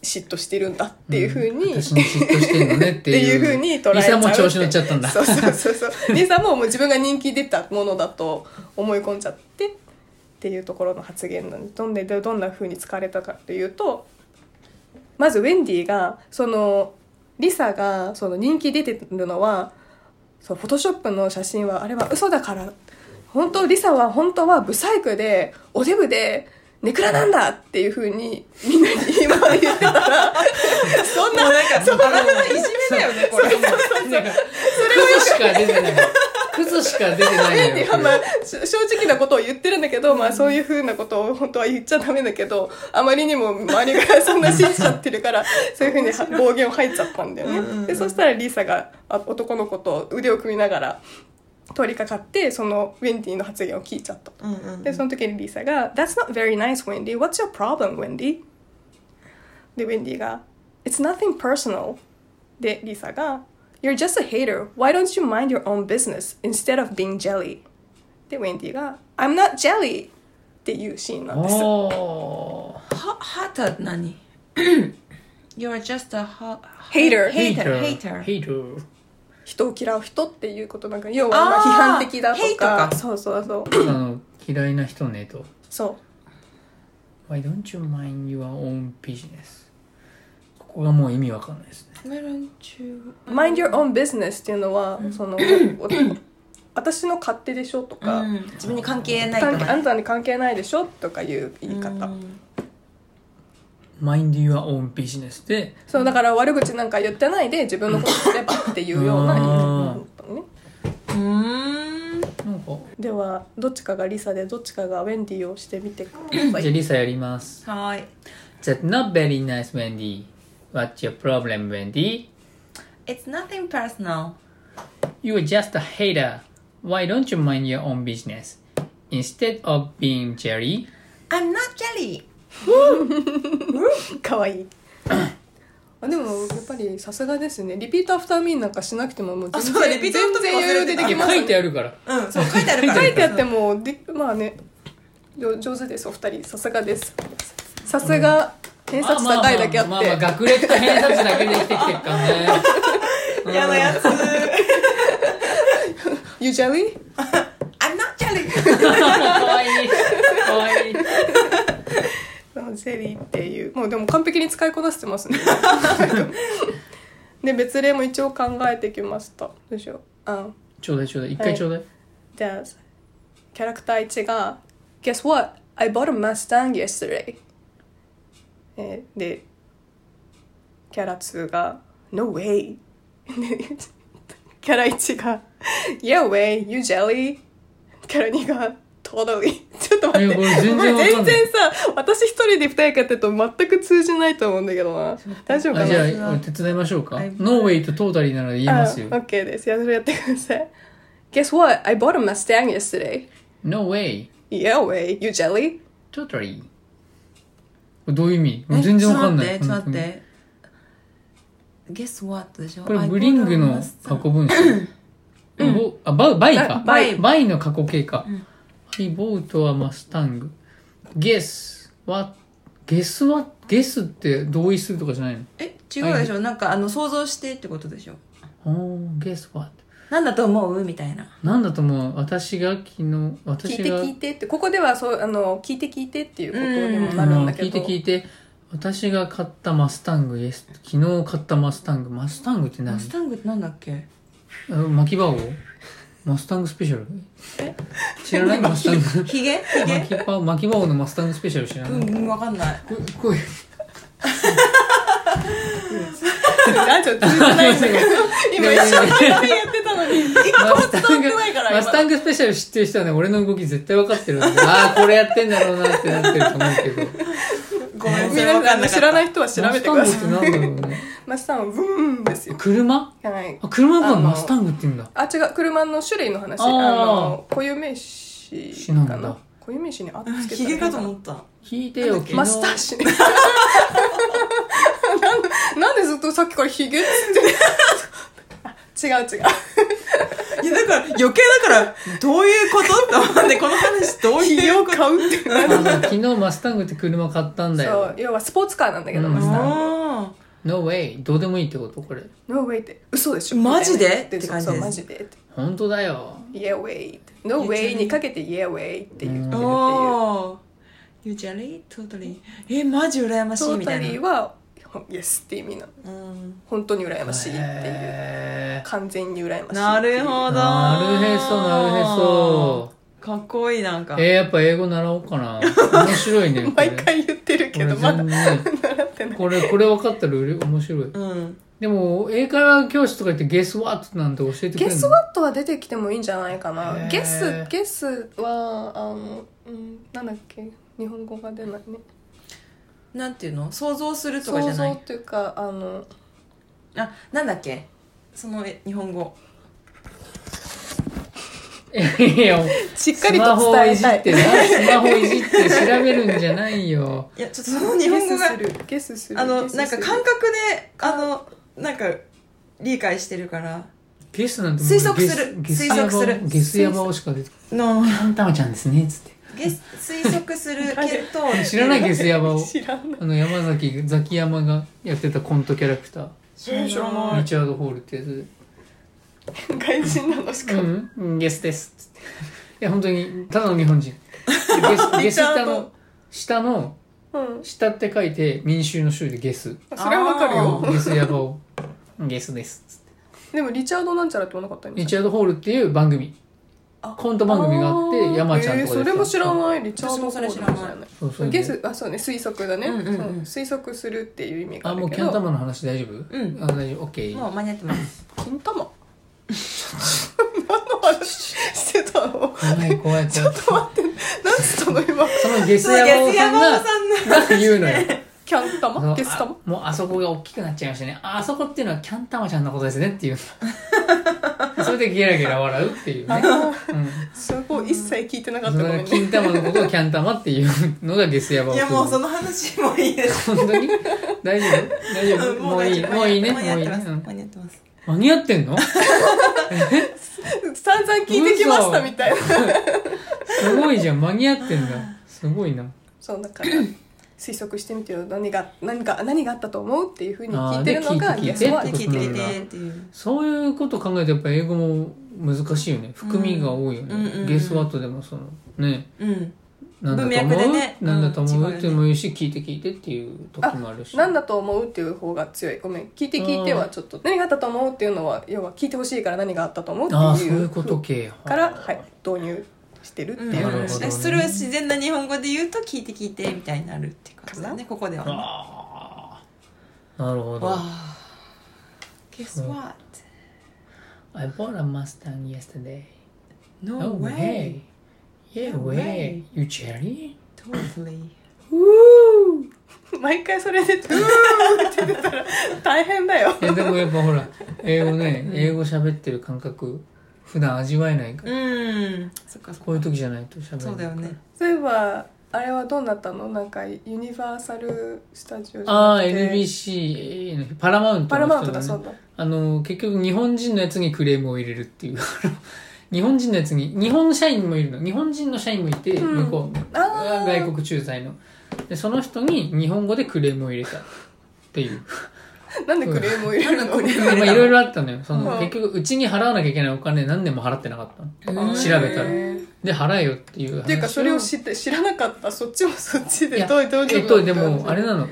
Speaker 1: 嫉妬してるんだっていうふうに、
Speaker 3: 私に嫉妬してんのねってい
Speaker 1: っ
Speaker 3: う。
Speaker 1: ていうふうに捉え
Speaker 3: リ
Speaker 1: ちゃ
Speaker 3: サ
Speaker 1: う
Speaker 3: も調子乗っちゃったんだ。
Speaker 1: そうそうそう そうリサももう自分が人気出たものだと思い込んじゃってっていうところの発言なんでどんでどんなふうに使われたかというとまずウェンディがそのリサがその人気出てるのはそうフォトショップの写真はあれは嘘だから本当リサは本当はブサイクでおデブでネクラなんだっていうふうにみんなに今言ってたらそんな
Speaker 2: もうなんかそのいじめだよねこれも
Speaker 3: なんかクズしか出てない。クズしか出てないの
Speaker 1: い
Speaker 3: よ
Speaker 1: や。 まあ、し正直なことを言ってるんだけど、まあ、そういうふうなことを本当は言っちゃダメだけどあまりにも周りがそんな信じちゃってる からそういうふうには暴言を吐いちゃったんだよ
Speaker 2: うんうんう
Speaker 1: ね。
Speaker 2: ん
Speaker 1: でそしたらリーサがあ男の子と腕を組みながら通りかかってそのウェンディの発言を聞いちゃった。
Speaker 2: うんうん
Speaker 1: でその時にリーサが「That's not very nice, Wendy. What's your problem, Wendy?」でウェンディが「It's nothing personal」でリーサが「You're just a hater. Why don't you mind your own business instead of being jelly?」でウェンディが「I'm not jelly」っていうシーンなんです。
Speaker 3: おー。
Speaker 2: は、はた何 ?You are just a ha-
Speaker 1: Hater
Speaker 2: hater,
Speaker 3: ヘイ
Speaker 2: hater.
Speaker 3: ター。ヘイター。
Speaker 1: 人を嫌う人っていうことなんか要はまあ批判的だと
Speaker 2: あー hate
Speaker 1: か
Speaker 2: か
Speaker 1: そうそうそう
Speaker 3: あの、嫌いな人ねと。
Speaker 1: そう
Speaker 3: Why don't you mind your own business? ここがもう意味わかんないですね。
Speaker 2: メロンチュ
Speaker 1: 「
Speaker 2: ー
Speaker 1: Mind your own business」っていうのはその お私の勝手でしょとか。
Speaker 2: うん自分に関係ないか
Speaker 1: 関係あ
Speaker 2: ら
Speaker 1: んたに関係ないでしょとかいう言い方、
Speaker 2: うん、
Speaker 3: Mind your own business で、
Speaker 1: そうだから悪口なんか言ってないで自分のことすればっていうような言い方だったのね
Speaker 2: うーん
Speaker 3: なんか、
Speaker 1: ではどっちかがリサでどっちかがウェンディをしてみてくださ
Speaker 3: じゃあ
Speaker 1: い
Speaker 3: リサやります。
Speaker 2: はーい
Speaker 3: That's not very nice, Wendy. What's your problem, Wendy?
Speaker 2: It's nothing personal
Speaker 3: You're just a hater. Why don't you mind your own business? Instead of being Jerry,
Speaker 2: I'm not jelly
Speaker 1: かわいいあでもやっぱりさすがですねリピートアフターミーなんかしなくてももう
Speaker 2: あ
Speaker 1: 全
Speaker 2: そうだ
Speaker 1: 然
Speaker 2: リピートアフターミー
Speaker 1: 全然余裕でできます
Speaker 3: 書いて
Speaker 1: ね
Speaker 3: あるから。
Speaker 2: うんそう書いてあるから
Speaker 1: 書いてあってもでまあね上上手ですお二人さすがですさすが偏差値高いだけあって、
Speaker 3: まあまあ、まあまあ学歴と偏差値だけで生きてきてるからね。
Speaker 2: 嫌な やつ
Speaker 1: You jelly?
Speaker 2: I'm not jelly
Speaker 3: かわいい。かわいい。
Speaker 1: ゼリーっていうもうでも完璧に使いこなしてますねで別例も一応考えてきましたどうしようあ
Speaker 3: ちょうだいちょうだい。一回ちょうだい。
Speaker 1: じゃあキャラクター1が「Guess what? I bought a Mustang yesterday」えーでキャラ2が「No way」でキャラ1が「Yeah way you jelly」キャラ2が「Totally」ち ょっと待って
Speaker 3: いやこれ全然わかんない
Speaker 1: これ全然さ私一人で二役やってると全く通じないと思うんだけどな大丈夫か
Speaker 3: あ
Speaker 1: な
Speaker 3: じゃあ、俺手伝いましょうか。ノーウェイとトータリーなら言えますよ
Speaker 1: あ。OK ですいやそれやってください Guess what? I bought a Mustang yesterday
Speaker 3: No way,
Speaker 1: Yeah way you jelly
Speaker 3: totally. どういう意味もう全然わかんない。
Speaker 2: えちょっと待ってちょっと待って Guess what でしょ
Speaker 3: これブリングの
Speaker 2: I bought a
Speaker 3: 過去分詞。ぼあババイか。
Speaker 1: バ
Speaker 3: バ
Speaker 1: イ
Speaker 3: イバイの過去形か。はい、ボートはマスタング。ゲスは、ゲスは、ゲスって同意するとかじゃないの
Speaker 2: え違うでしょなんかあの想像してってことでしょ
Speaker 3: おー、ゲスは。
Speaker 2: なんだと思うみたいな。
Speaker 3: なんだと思う私が昨日、
Speaker 1: 聞い
Speaker 3: 私
Speaker 1: て
Speaker 3: が、
Speaker 1: 聞いてってここではそうあの聞いて聞いてっていうことにも
Speaker 3: あ
Speaker 1: なるん
Speaker 3: の
Speaker 1: だけ
Speaker 3: 聞い
Speaker 1: ど、
Speaker 3: て聞いて、私が買ったマスタング、イエス昨日買ったマスタング、マスタングって何
Speaker 2: マスタングってなんだっけ
Speaker 3: あ巻き場王マスタングスペシャル知 らないマスタング。
Speaker 2: ヒゲヒ
Speaker 3: 巻
Speaker 2: ゲ
Speaker 3: き場巻き場王のマスタングスペシャル知ら
Speaker 2: う
Speaker 3: ない、
Speaker 2: ん、うん、わかんない。
Speaker 3: ここういう
Speaker 1: ラジオ続いてないんだけど今一生懸命やってたの に
Speaker 3: マスタング
Speaker 1: 伝わってないから今
Speaker 3: マスタングスペシャル知ってる人はね俺の動き絶対分か ってるんでああこれやってんだろうなってなってると思うけど
Speaker 2: ごめん、それわ
Speaker 1: 皆
Speaker 2: か
Speaker 1: さんの
Speaker 2: んなかった
Speaker 1: 知らない人は調べてください
Speaker 3: マスタングってなんだろうね
Speaker 1: マスタンはブーンですよ
Speaker 3: 車
Speaker 1: はい
Speaker 3: あ車のことはマスタングって言うんだ
Speaker 1: あ違う車の種類の話
Speaker 3: あ
Speaker 1: あ
Speaker 3: ー
Speaker 1: の固有名詞
Speaker 3: 詞
Speaker 1: か
Speaker 3: な
Speaker 1: なん
Speaker 3: だ
Speaker 1: 固有名詞にあっ
Speaker 2: うん
Speaker 1: つけ
Speaker 2: ヒ
Speaker 1: たらいいの
Speaker 2: ゲかと思った。
Speaker 3: 聞いてよ昨日
Speaker 1: マスターシね なんでなんでずっとさっきからヒゲっつってあ違う 違う
Speaker 2: いや、だから、余計だから、どういうことって思って、この話どう
Speaker 1: ヒゲ
Speaker 2: いう
Speaker 1: を
Speaker 2: こと
Speaker 1: 買うっていう
Speaker 3: あの 昨日マスタングって車買ったんだ
Speaker 1: そう
Speaker 3: よ
Speaker 1: 要はスポーツカーなんだけど、
Speaker 3: うん
Speaker 1: マスターは
Speaker 3: No way どうでもいいってことこれ
Speaker 1: ノーウェイって嘘でしょ
Speaker 2: マジで
Speaker 1: みたいな
Speaker 2: って感じ
Speaker 1: そうそう
Speaker 2: です
Speaker 1: マジでって
Speaker 3: 本当だよ
Speaker 1: イエーウェイってノーウェイにかけてイエーウェイって言ってるって
Speaker 2: ー
Speaker 1: いう
Speaker 2: おー。You jelly? Totally. え、マジ羨ましい
Speaker 1: ト
Speaker 2: み
Speaker 1: ー
Speaker 2: た
Speaker 1: タ
Speaker 2: いな。
Speaker 1: リーはイエスって意味なの
Speaker 2: うん
Speaker 1: 本当に羨ましいっていう
Speaker 3: へー
Speaker 1: 完全に羨ましいっていう
Speaker 2: なるほど。
Speaker 3: なるへそなるへそ。
Speaker 2: かっこいい、なんか。
Speaker 3: えー、やっぱ英語習おうかな面白いねこれ
Speaker 1: 毎回言ってるけど
Speaker 3: これ
Speaker 1: まだ
Speaker 3: 全然
Speaker 1: 習ってない
Speaker 3: これこれ分かったらうれ面白い
Speaker 2: うん。
Speaker 3: でも英会話教室とか行ってゲスワットなんて教えてくれ
Speaker 1: ゲ
Speaker 3: るの
Speaker 1: スワットは出てきてもいいんじゃないか
Speaker 3: へ
Speaker 1: な
Speaker 3: ー
Speaker 1: ゲスゲスはあの、うん、なんだっけ日本語が出ないね
Speaker 2: なんていうの想像するとかじ
Speaker 1: 想
Speaker 2: ゃな
Speaker 1: 像
Speaker 2: い。
Speaker 1: っていうかあの
Speaker 2: あ、なんだっけその、え日本語。
Speaker 3: いや
Speaker 1: しっか
Speaker 3: ス
Speaker 1: り
Speaker 3: マホ
Speaker 1: と
Speaker 3: を
Speaker 1: 伝え
Speaker 3: じ
Speaker 1: た
Speaker 3: っ
Speaker 1: い
Speaker 3: てなスマホいじって調べるんじゃないよ
Speaker 2: いや、ちょっとその日本語 が、
Speaker 1: ゲスする
Speaker 2: あの、
Speaker 1: ゲスする
Speaker 2: なんか感覚で、あの、なんか、理解してるから。
Speaker 3: ゲスなんてもう
Speaker 2: 推測する
Speaker 3: ゲス
Speaker 2: 推測する
Speaker 3: ゲスヤバをしか出てこ
Speaker 2: の、
Speaker 3: ないあんたまちゃんですねつって
Speaker 2: ゲ推測する検討。
Speaker 3: 知らないゲ
Speaker 2: ど。
Speaker 3: スヤバを
Speaker 1: 知らない
Speaker 3: あの山崎ザキヤマがやってたコントキャラクタ
Speaker 2: 知らない
Speaker 3: ーリチャード・ホールってやつ
Speaker 1: 外人なのし
Speaker 3: で
Speaker 1: かも、
Speaker 3: うんうんゲスですつっていや本当にただの日本人ゲスゲス下の下の
Speaker 1: うん、
Speaker 3: 下って書いて民衆の州でゲス
Speaker 1: それはわかる
Speaker 2: あ
Speaker 1: よ
Speaker 3: ゲスヤバをゲスですつって
Speaker 1: でもリチャードなんちゃらって言わなかった
Speaker 3: リチャード・ホールっていう番組
Speaker 1: あ
Speaker 3: コント番組があって山ちゃんとか
Speaker 1: えーそれも知ら
Speaker 3: い
Speaker 1: ないリチャード
Speaker 2: 私もそれ知らない
Speaker 1: ホールも
Speaker 3: そうそう
Speaker 1: ゲスあそうね推測だね、
Speaker 2: うんうんうん
Speaker 1: そう推測するっていう意味が
Speaker 3: あ
Speaker 1: あ
Speaker 3: もう
Speaker 1: るけ
Speaker 3: キャン
Speaker 1: ど
Speaker 3: 玉の話大丈夫
Speaker 2: うん
Speaker 3: あ大丈夫 OK
Speaker 2: もう間に合ってます。
Speaker 1: 金玉 何の話してたの
Speaker 3: 怖い怖い怖い
Speaker 1: 何つったの今
Speaker 3: そのゲスヤバ
Speaker 2: ゲ
Speaker 3: オ
Speaker 2: ス
Speaker 3: さ
Speaker 2: ヤ
Speaker 3: ん
Speaker 2: バ
Speaker 3: が
Speaker 2: オさんの。
Speaker 3: が言う のよ
Speaker 1: キャン
Speaker 3: あの
Speaker 1: 玉ゲス玉
Speaker 3: あもうあそこが大きくなっちゃいましたねああそこっていうのはキャンタマちゃんのことですねっていう それでゲラゲラ笑うっていうね、うん、
Speaker 1: そこ一切聞いてなか
Speaker 3: そ
Speaker 1: ったご
Speaker 3: の
Speaker 1: めんね
Speaker 3: 金玉のことをキャンタマっていうのがゲスヤバオ
Speaker 2: いや、もうそ
Speaker 3: の
Speaker 2: の話もいいです。
Speaker 3: 本当に大丈夫大丈 夫もういいもういいねも
Speaker 2: 間
Speaker 3: う
Speaker 2: に合
Speaker 3: いい
Speaker 2: ってま
Speaker 3: ね
Speaker 2: す。
Speaker 3: うん
Speaker 2: 間に合ってます。
Speaker 3: 間に合ってんの
Speaker 1: 散々聞いてきましたみたいな
Speaker 3: すごいじゃん間に合ってんだすごいな
Speaker 1: そうだから推測してみてよ何が何が何があったと思うっていうふうに
Speaker 3: あー
Speaker 1: 聞いてるのが
Speaker 3: で聞いて
Speaker 1: ゲスは
Speaker 3: 聞
Speaker 2: 聞
Speaker 3: い
Speaker 2: い
Speaker 3: て
Speaker 2: て
Speaker 3: 聞
Speaker 2: 聞
Speaker 3: い
Speaker 2: い
Speaker 3: て
Speaker 2: て
Speaker 3: っ
Speaker 2: っていう。
Speaker 3: そういうこと考えるとやっぱ英語も難しいよね含みが多いよね、
Speaker 2: うんうんうん
Speaker 3: ゲスワットでもそのね
Speaker 2: うん。
Speaker 3: なんだと思
Speaker 2: 文脈
Speaker 3: う、
Speaker 2: でねうん
Speaker 3: なんだと思う
Speaker 2: 違うよね
Speaker 3: っていうのもいいし、聞いて聞いてっていう時もあるし
Speaker 1: 何だと思うっていう方が強いごめん聞いて聞いてはちょっと何があったと思うっていうのは要は聞いてほしいから何があったと思う
Speaker 3: ああ
Speaker 1: って
Speaker 3: そう
Speaker 1: い
Speaker 3: いううこと系
Speaker 1: から、はい、導入してるって
Speaker 2: う
Speaker 1: いう
Speaker 2: ん
Speaker 3: なるほ
Speaker 1: 話
Speaker 3: ど
Speaker 1: で
Speaker 3: ね
Speaker 1: す、
Speaker 2: それを自然な日本語で言うと聞いて聞いてみたいになるっていう感じだねここではわ
Speaker 3: ああなるほど
Speaker 2: あ Guess what?
Speaker 3: I bought a Mustang yesterday
Speaker 2: No way
Speaker 3: Yeah
Speaker 2: No
Speaker 3: way
Speaker 2: way.
Speaker 3: You cherry?
Speaker 2: Totally
Speaker 1: 毎回それで「うー」って言ってたら大変だよ
Speaker 3: いやでもやっぱほら英語ね英語喋ってる感覚普段味わえないから、
Speaker 2: うんそっかそっ
Speaker 3: こういう
Speaker 2: か
Speaker 3: 時じゃないと喋れない
Speaker 2: そうだよね
Speaker 1: そういえばあれはどうなったのなんかユニバーサル・スタジオじ
Speaker 3: あ
Speaker 1: ゃな
Speaker 3: あ
Speaker 1: くて
Speaker 3: NBC のパラマウントの人
Speaker 1: パラマウントだ
Speaker 3: ね
Speaker 1: そうだ
Speaker 3: あの結局日本人のやつにクレームを入れるっていう 日本人のやつに日本社員もいるの日本人の社員もいて、
Speaker 1: うん
Speaker 3: 向こう
Speaker 1: あー
Speaker 3: 外国駐在のでその人に日本語でクレームを入れたっていう
Speaker 1: なんでクレームを入れるの
Speaker 2: なんかクレーム
Speaker 3: でまあいろいろあったのよ。その、
Speaker 1: うん
Speaker 3: 結局、うちに払わなきゃいけないお金何年も払ってなかった
Speaker 1: ー
Speaker 3: の。調べたら
Speaker 2: へー
Speaker 3: で、払えよっていう話を。
Speaker 1: っていうかそれを知って知らなかったそっちもそっち
Speaker 3: い
Speaker 1: で
Speaker 3: や
Speaker 1: どうどう
Speaker 3: えっと、でも、あれ
Speaker 1: な
Speaker 3: なの、う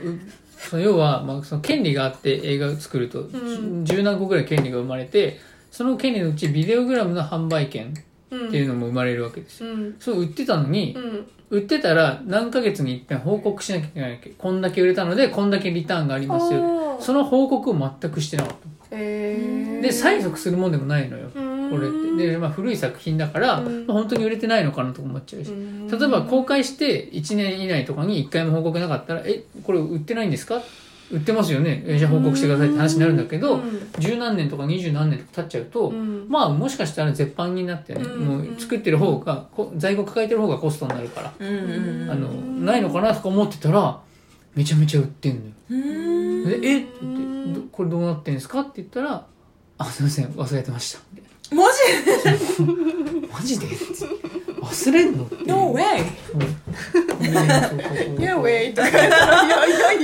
Speaker 3: その要は、まあ、その権利があって映画を作ると、
Speaker 1: ん
Speaker 3: 十何個ぐらい権利が生まれて、その権利のうちビデオグラムの販売権
Speaker 1: うん
Speaker 3: っていうのも生まれるわけですよ。
Speaker 1: うん
Speaker 3: そう、売ってたのに
Speaker 1: う、ん
Speaker 3: 売ってたら何ヶ月に一遍報告しなきゃいけないわけ。こんだけ売れたので、こんだけリターンがありますよ。
Speaker 1: あー
Speaker 3: その報告を全くしてなかった。
Speaker 1: えー
Speaker 3: で、催促するもんでもないのよ。これって。で、まあ、古い作品だから、
Speaker 1: うん
Speaker 3: まあ本当に売れてないのかなとか思っちゃうし。例えば公開して1年以内とかに1回も報告なかったら「えこれ売ってないんですか?」売ってますよねえじゃあ報告してくださいって話になるんだけど、十何年とか二十何年とか経っちゃうと、まあもしかしたら絶版になってね、
Speaker 1: うん
Speaker 3: もう作ってる方がこ在庫抱えてる方がコストになるから、
Speaker 2: うんうん
Speaker 3: あの
Speaker 1: うん
Speaker 3: ないのかなとか思ってたらめちゃめちゃ売ってんのよ。
Speaker 2: うん
Speaker 3: でえって言ってどこれどうなってんですかって言ったら「あすいません忘れてました」みた
Speaker 2: 文
Speaker 3: いなマジで?」忘れんの?」っていう
Speaker 2: 字 ?No way!
Speaker 3: うんでそうそうそう
Speaker 1: いやウェイとか言ったらいやいやい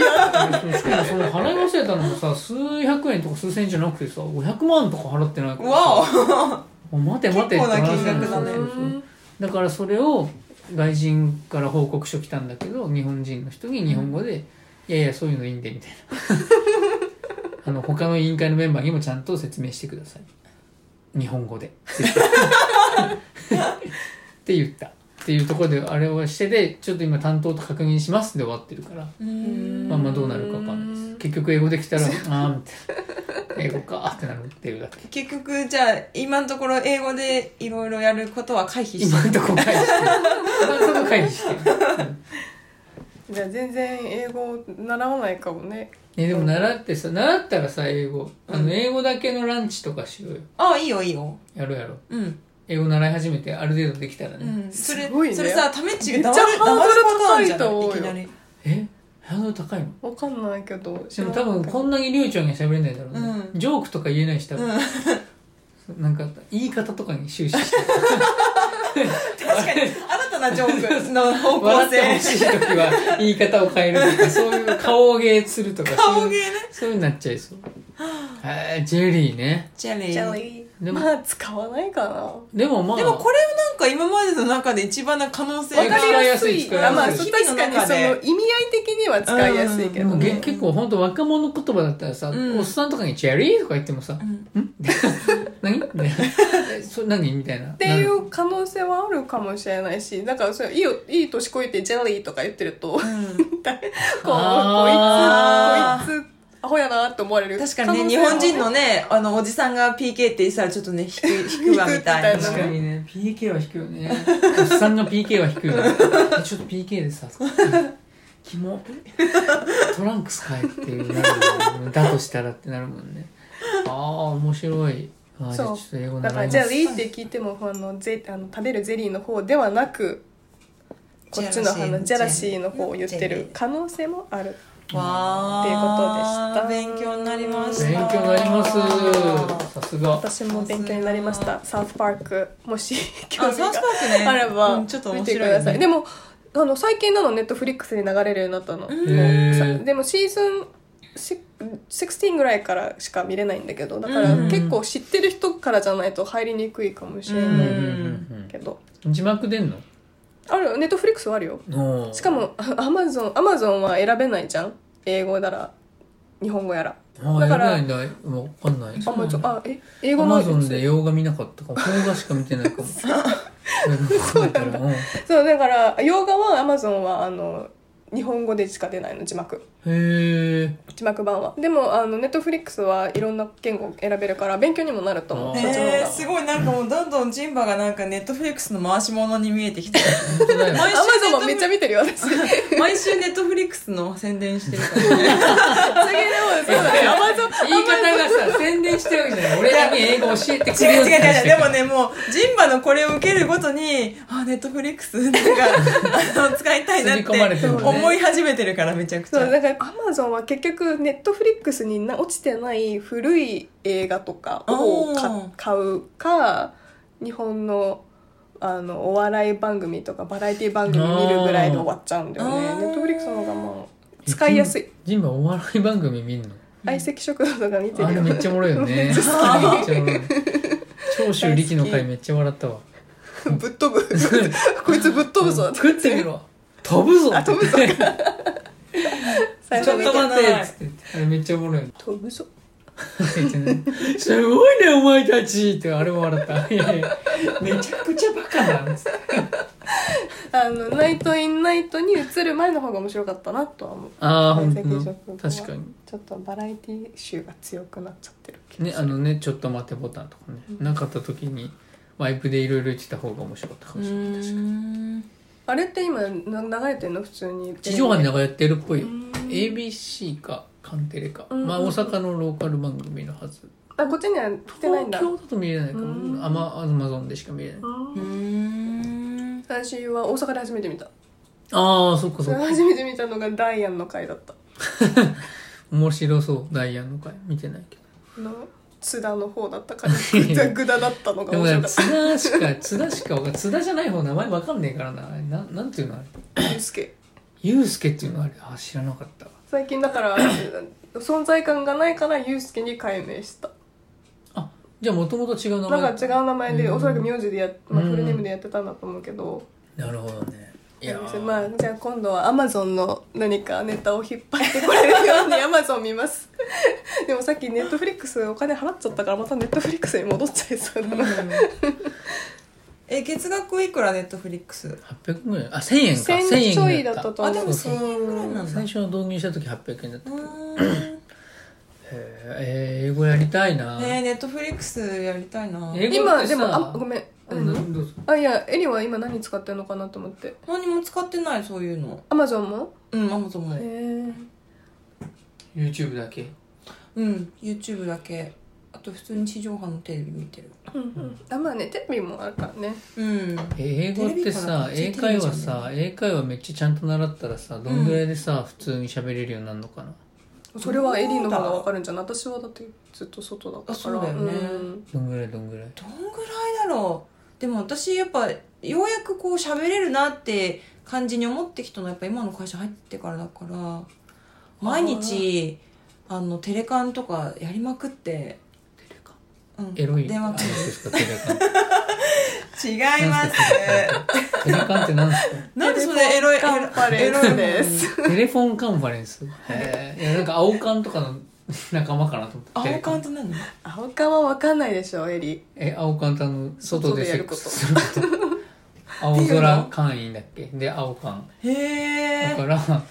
Speaker 1: や
Speaker 3: しかもその払い忘れたのもさ数百円とか数千円じゃなくてさ500万とか払ってないから
Speaker 2: わお
Speaker 3: お待て待てって
Speaker 2: 結構
Speaker 3: 話
Speaker 2: な金額
Speaker 3: な
Speaker 2: だ
Speaker 3: の
Speaker 2: ね
Speaker 3: そうそうそうだからそれを外人から報告書来たんだけど日本人の人に日本語で「いやいやそういうのいいんで」みたい なあの他の委員会のメンバーにもちゃんと説明してください日本語 でって言ったっていうところであれをしてでちょっと今担当と確認しますで終わってるから
Speaker 2: うん
Speaker 3: まあまあどうなるかわかんないです結局英語できたらあーみたいな英語かってなるっていうだけ
Speaker 2: 結局じゃあ今のところ英語でいろいろやることは回避して
Speaker 3: 今
Speaker 2: る
Speaker 3: んとこ回避してる今んとこ回避してる、うん
Speaker 1: じゃあ全然英語習わないかもね
Speaker 3: えでも習ってさ習ったらさ英語あ
Speaker 2: うん
Speaker 3: の英語だけのランチとかしようよ
Speaker 2: ああいいよいいよ
Speaker 3: やろうやろう
Speaker 2: うん
Speaker 3: 英語習い始めてある程度できたらね、
Speaker 2: うんそれ
Speaker 1: すごいね
Speaker 2: それさためっち
Speaker 1: め
Speaker 2: が
Speaker 1: っちゃ
Speaker 2: 黙る
Speaker 1: ハ
Speaker 2: 黙る
Speaker 1: ードル
Speaker 2: パターンじゃ
Speaker 1: 高いと
Speaker 2: ない
Speaker 1: 思
Speaker 2: いう
Speaker 1: よ
Speaker 2: きなり
Speaker 3: えハードル高いの
Speaker 1: わかんないけど
Speaker 3: でも多分こ
Speaker 1: なん
Speaker 3: なに流暢に喋れないだろうね、
Speaker 2: う
Speaker 3: ジョークとか言えないし多分、なんか言い方とかに終始して
Speaker 2: 確かに新たなジョークの方
Speaker 3: 笑
Speaker 2: 向
Speaker 3: って
Speaker 2: 性
Speaker 3: ほしい時は言い方を変える とかそういう顔芸するとか
Speaker 2: 顔芸ね
Speaker 3: そういうそういうのになっちゃいそうへージェリーね
Speaker 2: ジェリ
Speaker 1: ジャ
Speaker 2: ー
Speaker 1: リー
Speaker 3: でも
Speaker 1: まあ使わないかな
Speaker 3: でもまあ
Speaker 2: でもこれなんか今までの中で一番な可能性
Speaker 3: わかりやすい
Speaker 1: 使あまあ
Speaker 3: 使いやす
Speaker 1: 確
Speaker 2: い
Speaker 1: かにその意味合い的には使いやすいけ
Speaker 3: で
Speaker 1: ど
Speaker 3: もげ
Speaker 1: ね
Speaker 3: 結構本当若者言葉だったらさ、
Speaker 2: うん
Speaker 3: おっさんとかに「ジェリー」とか言ってもさ「
Speaker 2: うん
Speaker 3: 何?」みたいな「え そ何?」みたいなっ
Speaker 1: っていう可能性はあるかもしれないしだからそれいいよいい年こいてジェリーとか言ってる と
Speaker 2: うん
Speaker 1: こうこいつこいつ
Speaker 3: あー
Speaker 1: アホやなって思われる
Speaker 2: 確かにね日本人のねあのおじさんが PK って言ったらちょっとね引く引くわみたい
Speaker 1: 引くみ
Speaker 2: な
Speaker 3: 確
Speaker 1: た
Speaker 3: か
Speaker 1: い
Speaker 3: にね PK は低いよねおっさんの PK は低いよね えちょっと PK でさ キモトランクス買えっていうなるもんねだとしたらってなるもんねああ面白いあーじゃあち
Speaker 1: そう
Speaker 3: ょっと英語
Speaker 1: だか
Speaker 3: 習
Speaker 1: ら
Speaker 3: いま
Speaker 1: ジェ
Speaker 3: す
Speaker 1: リーって聞いてもあのゼあの食べるゼリーの方ではなくこっちのあのジェラシーの方を言ってる可能性もある
Speaker 2: わ
Speaker 1: ー
Speaker 2: ー勉強になりました
Speaker 3: 勉強になりますさすが
Speaker 1: 私も勉強になりましたサウスパークもし興
Speaker 2: あ
Speaker 1: 味
Speaker 2: サウス
Speaker 1: が
Speaker 2: パークね
Speaker 1: あれば
Speaker 2: うんちょっと
Speaker 1: 見
Speaker 2: 面
Speaker 1: て
Speaker 2: 白い
Speaker 1: く
Speaker 2: ね
Speaker 1: ださいでもあの最近なのネットフリックスに流れるようになったの
Speaker 3: へー
Speaker 1: さでもシーズンシ16ぐらいからしか見れないんだけどだか
Speaker 2: う
Speaker 1: ら
Speaker 2: ん
Speaker 1: 結構知ってる人からじゃないと入りにくいかもしれ
Speaker 3: うんうん
Speaker 1: な
Speaker 3: う
Speaker 1: い
Speaker 3: ん
Speaker 1: けど
Speaker 3: うん字幕出んの
Speaker 1: あるネットフリックスはあるよ
Speaker 3: おー
Speaker 1: しかもアマゾンアマゾンは選べないじゃん英語なら日本語やら
Speaker 3: あー
Speaker 1: だから
Speaker 3: やれないんだわかんない
Speaker 1: あもうちょあえ英
Speaker 3: 英
Speaker 1: 語
Speaker 3: 語
Speaker 1: の
Speaker 3: のアマゾンで洋画見なかったかも邦画しか見てな いかも そうなんだへ
Speaker 1: そうだから洋画はアマゾンはあの日本語でしか出ないの字幕
Speaker 3: え
Speaker 1: 字幕版はでもあのネットフリックスはいろんな言語選べるから勉強にもなると思う
Speaker 3: あー
Speaker 1: そっちの方
Speaker 2: ねえ
Speaker 1: が
Speaker 2: すごいなんかもうどんどんジンバがなんかネットフリックスの回し物に見えてきて
Speaker 3: 本当だよ
Speaker 1: アマゾンもめっちゃ見てるよ 私次でも
Speaker 2: 毎週ネットフリックスの宣伝してるから ね
Speaker 1: そうだねアマゾン
Speaker 3: 言い方がさ、宣伝してるわけじゃない。俺だけ英語教えてく
Speaker 2: 違
Speaker 3: れよ
Speaker 2: う
Speaker 3: って
Speaker 2: 違う違う
Speaker 3: 話
Speaker 2: で
Speaker 3: だか
Speaker 2: も
Speaker 3: ら
Speaker 2: ねもうジンバのこれを受けるごとにあネットフリックスなんか あの使いたいなっ
Speaker 3: 刷り込まれ
Speaker 2: て
Speaker 3: てるのね
Speaker 2: 思い始めてるからめちゃくち
Speaker 1: そう
Speaker 2: ゃ
Speaker 1: だからアマゾンは結局ネットフリックスにな落ちてない古い映画とかを
Speaker 2: あ
Speaker 1: か買
Speaker 2: ー
Speaker 1: うか日本のあのお笑い番組とかバラエティ番組見るぐらいで終わっちゃうんだよ
Speaker 2: あ
Speaker 1: ね
Speaker 2: ー
Speaker 1: ネットフリックスの方がまあ使いやすい
Speaker 3: ジンバお笑い番組見んの
Speaker 1: 相席食堂とか見て
Speaker 3: あ
Speaker 1: る
Speaker 3: れ
Speaker 1: よ
Speaker 3: めっちゃおもろいよね。めっちゃおもろい。長州力の回めっちゃ笑ったわ。
Speaker 1: ぶっ飛ぶこいつぶっ飛ぶぞ
Speaker 3: 食ってみろ。飛ぶぞ
Speaker 1: あ飛ぶ ぞ最
Speaker 2: ち
Speaker 1: 初
Speaker 2: ょっ
Speaker 1: 見
Speaker 2: と
Speaker 1: て
Speaker 2: 待って
Speaker 3: つってあれめっちゃおもろいよね。
Speaker 1: 飛ぶぞ
Speaker 3: すごいねお前たちってあれも笑った。いやいやめちゃくちゃバカだ。つって
Speaker 1: あのナイトインナイトに移る前の方が面白かったなとは思う
Speaker 3: ああ本当
Speaker 1: 相席食堂
Speaker 3: に確かに。
Speaker 1: ちょっとバラエティ集が強くなっちゃってる気が
Speaker 3: ね、あのね、ちょっと待ってボタンとかね、なかった時に、ワイプでいろいろ言ってた方が面白かったかもしれない。
Speaker 2: ん
Speaker 1: あれって今な流れてんの普通に
Speaker 3: 地上波で
Speaker 1: で
Speaker 3: 流れてるっぽいよ
Speaker 1: う。ん
Speaker 3: ABC か、カンテレか。
Speaker 1: うん
Speaker 3: まあ、大阪のローカル番組のはず。
Speaker 1: あこっちには来てないん
Speaker 3: 東
Speaker 1: だ
Speaker 3: 京だと見れないか
Speaker 1: う
Speaker 3: も。
Speaker 1: ん
Speaker 3: アマアマゾンでしか見れない。
Speaker 1: うん
Speaker 2: うん
Speaker 1: 私は大阪で初めて見た
Speaker 3: ああ、そっかそっか。
Speaker 1: 初めて見たのがダイアンの回だった
Speaker 3: 面白そう。ダイアンの回。見てないけ
Speaker 1: の津田の方だった からぐだぐだだったの
Speaker 3: ど。
Speaker 1: が
Speaker 3: でも
Speaker 1: 面
Speaker 3: な
Speaker 1: 白
Speaker 3: ん
Speaker 1: か
Speaker 3: か、
Speaker 1: っ
Speaker 3: 津田しか、 津田しかわかん、津田じゃない方名前わかんねえからな。あれななんていうのあれ。
Speaker 1: たユースケ
Speaker 3: ゆうすけっていうのあれ。あ、知らなかったわ。
Speaker 1: 最近だから存在感がないからユースケに改名した
Speaker 3: あ、じゃあもともと違う名前。
Speaker 1: なんか違う名前で
Speaker 3: うん
Speaker 1: おそらく名字でやっ、まあ、
Speaker 3: うん
Speaker 1: フルネームでやってたんだと思うけど
Speaker 3: なるほどね。いやー
Speaker 1: まあじゃあ今度はアマゾンの何かネタを引っ張ってこれるようにアマゾン見ます でもさっきネットフリックスお金払っちゃったからまたネットフリックスに戻っちゃいそうだな
Speaker 2: え月額いくらネットフリックス
Speaker 3: 800円ぐらいあ1000円か
Speaker 1: 1000
Speaker 3: 1000円
Speaker 1: ちょいだったと思う
Speaker 2: あでも
Speaker 3: 1000
Speaker 2: 円ぐらいなんだ
Speaker 3: 最初の導入した時800円だったへ
Speaker 2: うん
Speaker 3: ええー英語やりたいな、
Speaker 2: ねネットフリックスやりたいな
Speaker 3: え
Speaker 1: 今でもあごめん
Speaker 3: うん
Speaker 1: 何
Speaker 3: どうぞ
Speaker 1: あいやエリは今何使ってるのかなと思って
Speaker 2: 何も使ってないそういうの
Speaker 1: アマゾンも
Speaker 2: うんママとも
Speaker 1: へえ
Speaker 3: YouTube だけ
Speaker 2: うん YouTube だけあと普通に地上波のテレビ見てる
Speaker 1: うんうんあまあねテレビもあるからね
Speaker 2: うん
Speaker 3: 英語ってさ
Speaker 2: テレ
Speaker 3: 英
Speaker 2: ビから
Speaker 3: 会話さ英会話めっちゃちゃんと習ったらさどんぐらいでさ、普通に喋れるようになるのかな
Speaker 1: それはエリの方がわかるんじゃない私はだってずっと外だったから
Speaker 2: あそうだよね
Speaker 1: うん
Speaker 3: どんぐらいどんぐらい
Speaker 2: どんぐらいだろうでも私やっぱようやくこう喋れるなって感じに思ってきたのはやっぱ今の会社入ってからだから毎日あのテレカンとかやりまくって
Speaker 3: エロい
Speaker 2: 電話
Speaker 3: あれですかテレカン
Speaker 2: 違い
Speaker 3: 何すかテレカンって何ですか
Speaker 2: なんでそれエロい
Speaker 1: カンパレンスです
Speaker 3: テレフォンカンファレンスへえいやなんか青カンとかの仲間かなと思って
Speaker 2: 青カンっ
Speaker 3: テレ
Speaker 2: て何
Speaker 1: 青缶はわかんないでしょエリ
Speaker 3: え青カンってあの外でセックスすること 青
Speaker 2: っていう
Speaker 3: 空
Speaker 2: の
Speaker 3: 会員だっけで青カン
Speaker 2: へ
Speaker 3: だか
Speaker 2: え
Speaker 3: ら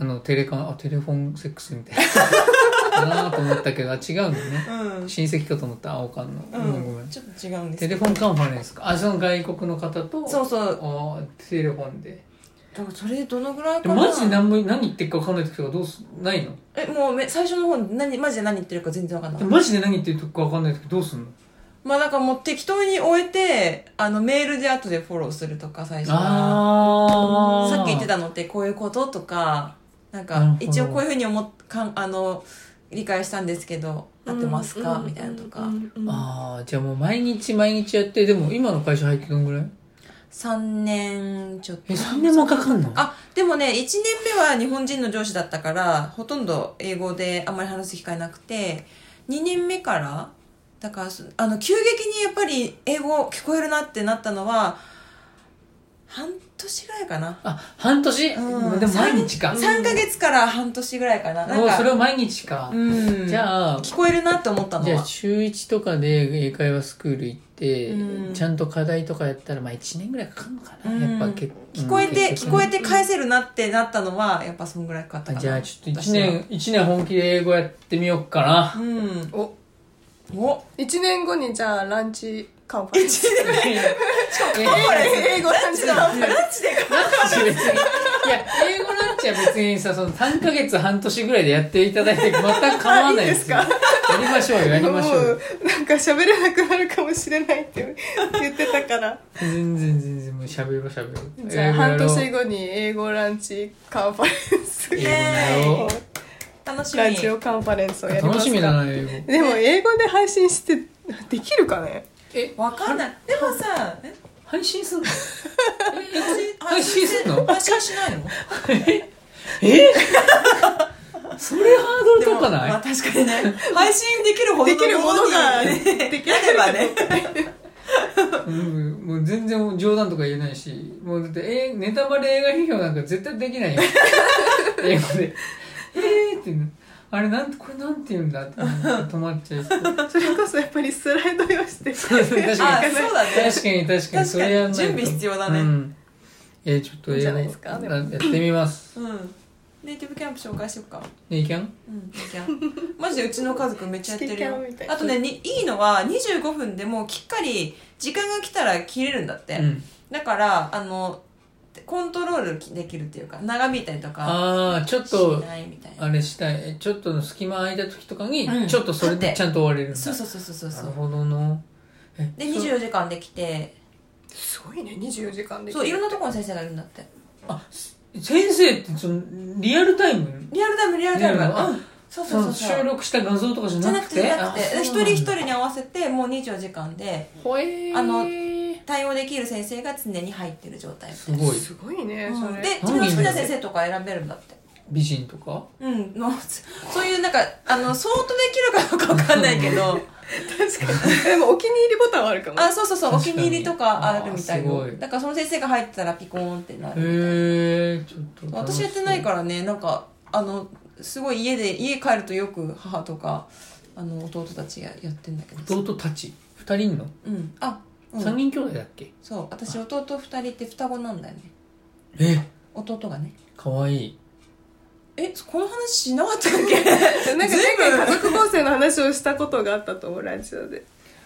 Speaker 3: あのテレカンあテレフォンセックスみたいなだなと思ったけどあ違うのね
Speaker 2: うん
Speaker 3: 親戚かと思った青カンの、
Speaker 2: う
Speaker 3: ごめんごめ
Speaker 2: ん
Speaker 3: ん
Speaker 2: ちょっと違うんです
Speaker 3: テ
Speaker 2: け
Speaker 3: レ
Speaker 2: ど
Speaker 3: フォンカンファレンスかあその外国の方と
Speaker 2: そうそう
Speaker 3: あテレフォンで
Speaker 2: だからそれどのぐらい
Speaker 3: で
Speaker 2: かな
Speaker 3: マジで何も何言ってるか分かんない時とかどうすないの
Speaker 2: えもうめ最初の方何マジで何言ってるか全然わかんない
Speaker 3: でマジで何言ってるとか分かんない時どうすんの
Speaker 2: まあなんかもう適当に終えて、あのメールで後でフォローするとか最初は。
Speaker 3: あ
Speaker 2: さっき言って
Speaker 3: た
Speaker 2: たのってこういうこととか、
Speaker 3: な
Speaker 2: なん
Speaker 3: る
Speaker 2: か
Speaker 3: ほど
Speaker 2: 一応こういうふうに思っかん、あの、理解したんですけど、合ってますか
Speaker 1: うん
Speaker 2: みたいなと
Speaker 1: う
Speaker 2: か
Speaker 1: ん。うんうん
Speaker 3: ああじゃあもう毎日毎日やってでも今の会社入ってどんぐらい
Speaker 2: 3年ちょっと。
Speaker 3: え3年もかかんの
Speaker 2: あ、でもね、1年目は日本人の上司だったから、ほとんど英語であんまり話す機会なくて、2年目から、だからそ、あの、急激にやっぱり英語聞こえるなってなったのは、半年ぐらいかな。
Speaker 3: あ半年、
Speaker 2: うん
Speaker 3: でも毎日か
Speaker 2: 3ヶ月から半年ぐらいかな。な
Speaker 3: も
Speaker 2: ん
Speaker 3: う
Speaker 2: か、
Speaker 3: それを毎日か、
Speaker 2: うん。
Speaker 3: じゃあ
Speaker 2: 聞こえるなって思ったの
Speaker 3: じゃあ
Speaker 2: は。
Speaker 3: 週1とかで英会話スクール行って、
Speaker 2: うん
Speaker 3: ちゃんと課題とかやったらまあ1年ぐらいかかるのかな、
Speaker 2: うん
Speaker 3: やっぱ結
Speaker 2: 聞こえて、
Speaker 3: うん
Speaker 2: 聞こえて返せるなってなったのは、やっぱそんぐらいかかった
Speaker 3: あ
Speaker 2: かな。
Speaker 3: じゃあちょっと1
Speaker 2: 私は
Speaker 3: 年。一年本気で英語やってみようか な
Speaker 2: うん。
Speaker 1: お
Speaker 2: お
Speaker 1: 一年後にじゃあランチカンファレン ス
Speaker 3: いやいや
Speaker 1: 英語ランチだ
Speaker 2: ランチで
Speaker 3: 別にいや英語ランチは別にさその3ヶ月半年ぐらいでやっていただいて全く構わないですよ
Speaker 1: あ
Speaker 3: やりましょうよやり
Speaker 1: も
Speaker 3: ましょう よ
Speaker 1: うなんか喋れなくなるかもしれないって 言ってたから
Speaker 3: 全然全然もう喋ろう喋ろう
Speaker 1: じゃあ半年
Speaker 3: 後
Speaker 1: 後に英語ランチカンファレンス
Speaker 3: 英語やろ
Speaker 2: 楽しみ。
Speaker 1: ラジオカンファレンスをやり
Speaker 3: う
Speaker 1: ます
Speaker 3: 楽
Speaker 1: か
Speaker 3: しみだな英語
Speaker 1: でも英語で配信してできるかね
Speaker 3: え
Speaker 2: わかんない。でもさ、え
Speaker 3: 配信すんの
Speaker 2: 配
Speaker 3: 配信すんの
Speaker 2: 配信しないの
Speaker 3: え それハードルかない、
Speaker 2: まあ確かにね配信できるほど
Speaker 1: できるものが
Speaker 2: に
Speaker 1: ね
Speaker 2: できればね
Speaker 3: うんもう全然冗談とか言えないし、もうだって、えーネタバレ映画批評なんか絶対でき ないよ。英語で。えーって言うの。あれなんて、これなんて言うんだって止まっ ちゃいそう。
Speaker 1: それこそやっぱりスライド用して
Speaker 3: そうそう確
Speaker 2: あ
Speaker 3: かに。
Speaker 2: そうだね
Speaker 3: 確かに確かに、それやんないと
Speaker 2: 確かに準備必要だね
Speaker 3: うんえーちょっと
Speaker 1: いいん
Speaker 3: 英
Speaker 1: じ
Speaker 3: 語
Speaker 1: ゃないですかでも
Speaker 3: やってみます。
Speaker 2: うんネイティブキャンプ紹介しようか
Speaker 3: ねいけん
Speaker 2: うんいいじゃんマジでうちの家族めっちゃやってるよ
Speaker 1: ステキャンみたい
Speaker 2: あとねにいいのは25分でもうきっかり時間が来たら切れるんだって、
Speaker 3: うん。
Speaker 2: だからあのコントロールできるっていうか長引いたりとか
Speaker 3: ああ、ちょっ
Speaker 2: し
Speaker 3: と、
Speaker 2: ないみたいな
Speaker 3: あれしたい。えちょっとの隙間空いた時とかに、
Speaker 2: うん
Speaker 3: ちょっとそれ
Speaker 2: 立っ
Speaker 3: で
Speaker 2: て
Speaker 3: ちゃんと終われるんだ。
Speaker 2: そうそうそうそうそう
Speaker 3: なるほどの。え
Speaker 2: で
Speaker 3: そう
Speaker 2: 24時間できて
Speaker 1: すごいね24時間で
Speaker 2: そういろん
Speaker 1: な
Speaker 2: なところの先生がいるんだって
Speaker 3: あ、す先生ってそのリアルタイム
Speaker 2: リアルタイムリアルタイム
Speaker 3: リアルな
Speaker 2: うんそうそうそう
Speaker 3: その
Speaker 2: そう
Speaker 3: 収録した画像とかじゃ
Speaker 2: じゃ
Speaker 3: な
Speaker 2: な
Speaker 3: く
Speaker 2: く
Speaker 3: て
Speaker 2: てじゃなくてで
Speaker 3: あ
Speaker 2: 一
Speaker 3: そうなん
Speaker 2: 人
Speaker 3: だ
Speaker 2: 一人に合わせてもう24時間で
Speaker 3: ほえー
Speaker 2: あの対応できる先生が常に入ってる状態みた
Speaker 3: す
Speaker 2: いな
Speaker 3: ごい
Speaker 1: すごいね、
Speaker 2: う
Speaker 1: そ
Speaker 2: ん
Speaker 1: れ
Speaker 2: で
Speaker 3: それ
Speaker 2: 自分の好きな先生とか選べるんだって
Speaker 3: 美人とか
Speaker 2: うん のそういうなんかあの相当できるかどうかわかんないけど
Speaker 1: 確かにでもお気に入りボタンはあるかも
Speaker 2: あそうそうそうお
Speaker 3: 確か
Speaker 2: 気
Speaker 3: に
Speaker 2: に入りとかあるみたい
Speaker 3: あーすご
Speaker 2: よ
Speaker 3: い
Speaker 2: だからその先生が入ってたらピコーンってな
Speaker 3: へ
Speaker 2: るみたいな
Speaker 3: えー、ちょっと楽し
Speaker 2: 私
Speaker 3: そう
Speaker 2: やってないからねなんかあのすごい家で家帰るとよく母とかあの弟たちがやってんだけど
Speaker 3: 弟たち二人いんの、
Speaker 2: うんあ、う
Speaker 3: 三
Speaker 2: ん、
Speaker 3: 人兄弟だっけ
Speaker 2: そう私弟2人って双子なんだよね
Speaker 3: え
Speaker 2: 弟がね
Speaker 3: かわいい
Speaker 2: えこの話し なかったっけ
Speaker 1: なんか前
Speaker 2: 全部
Speaker 1: 回家族構成の話をしたことがあったと思うラジオで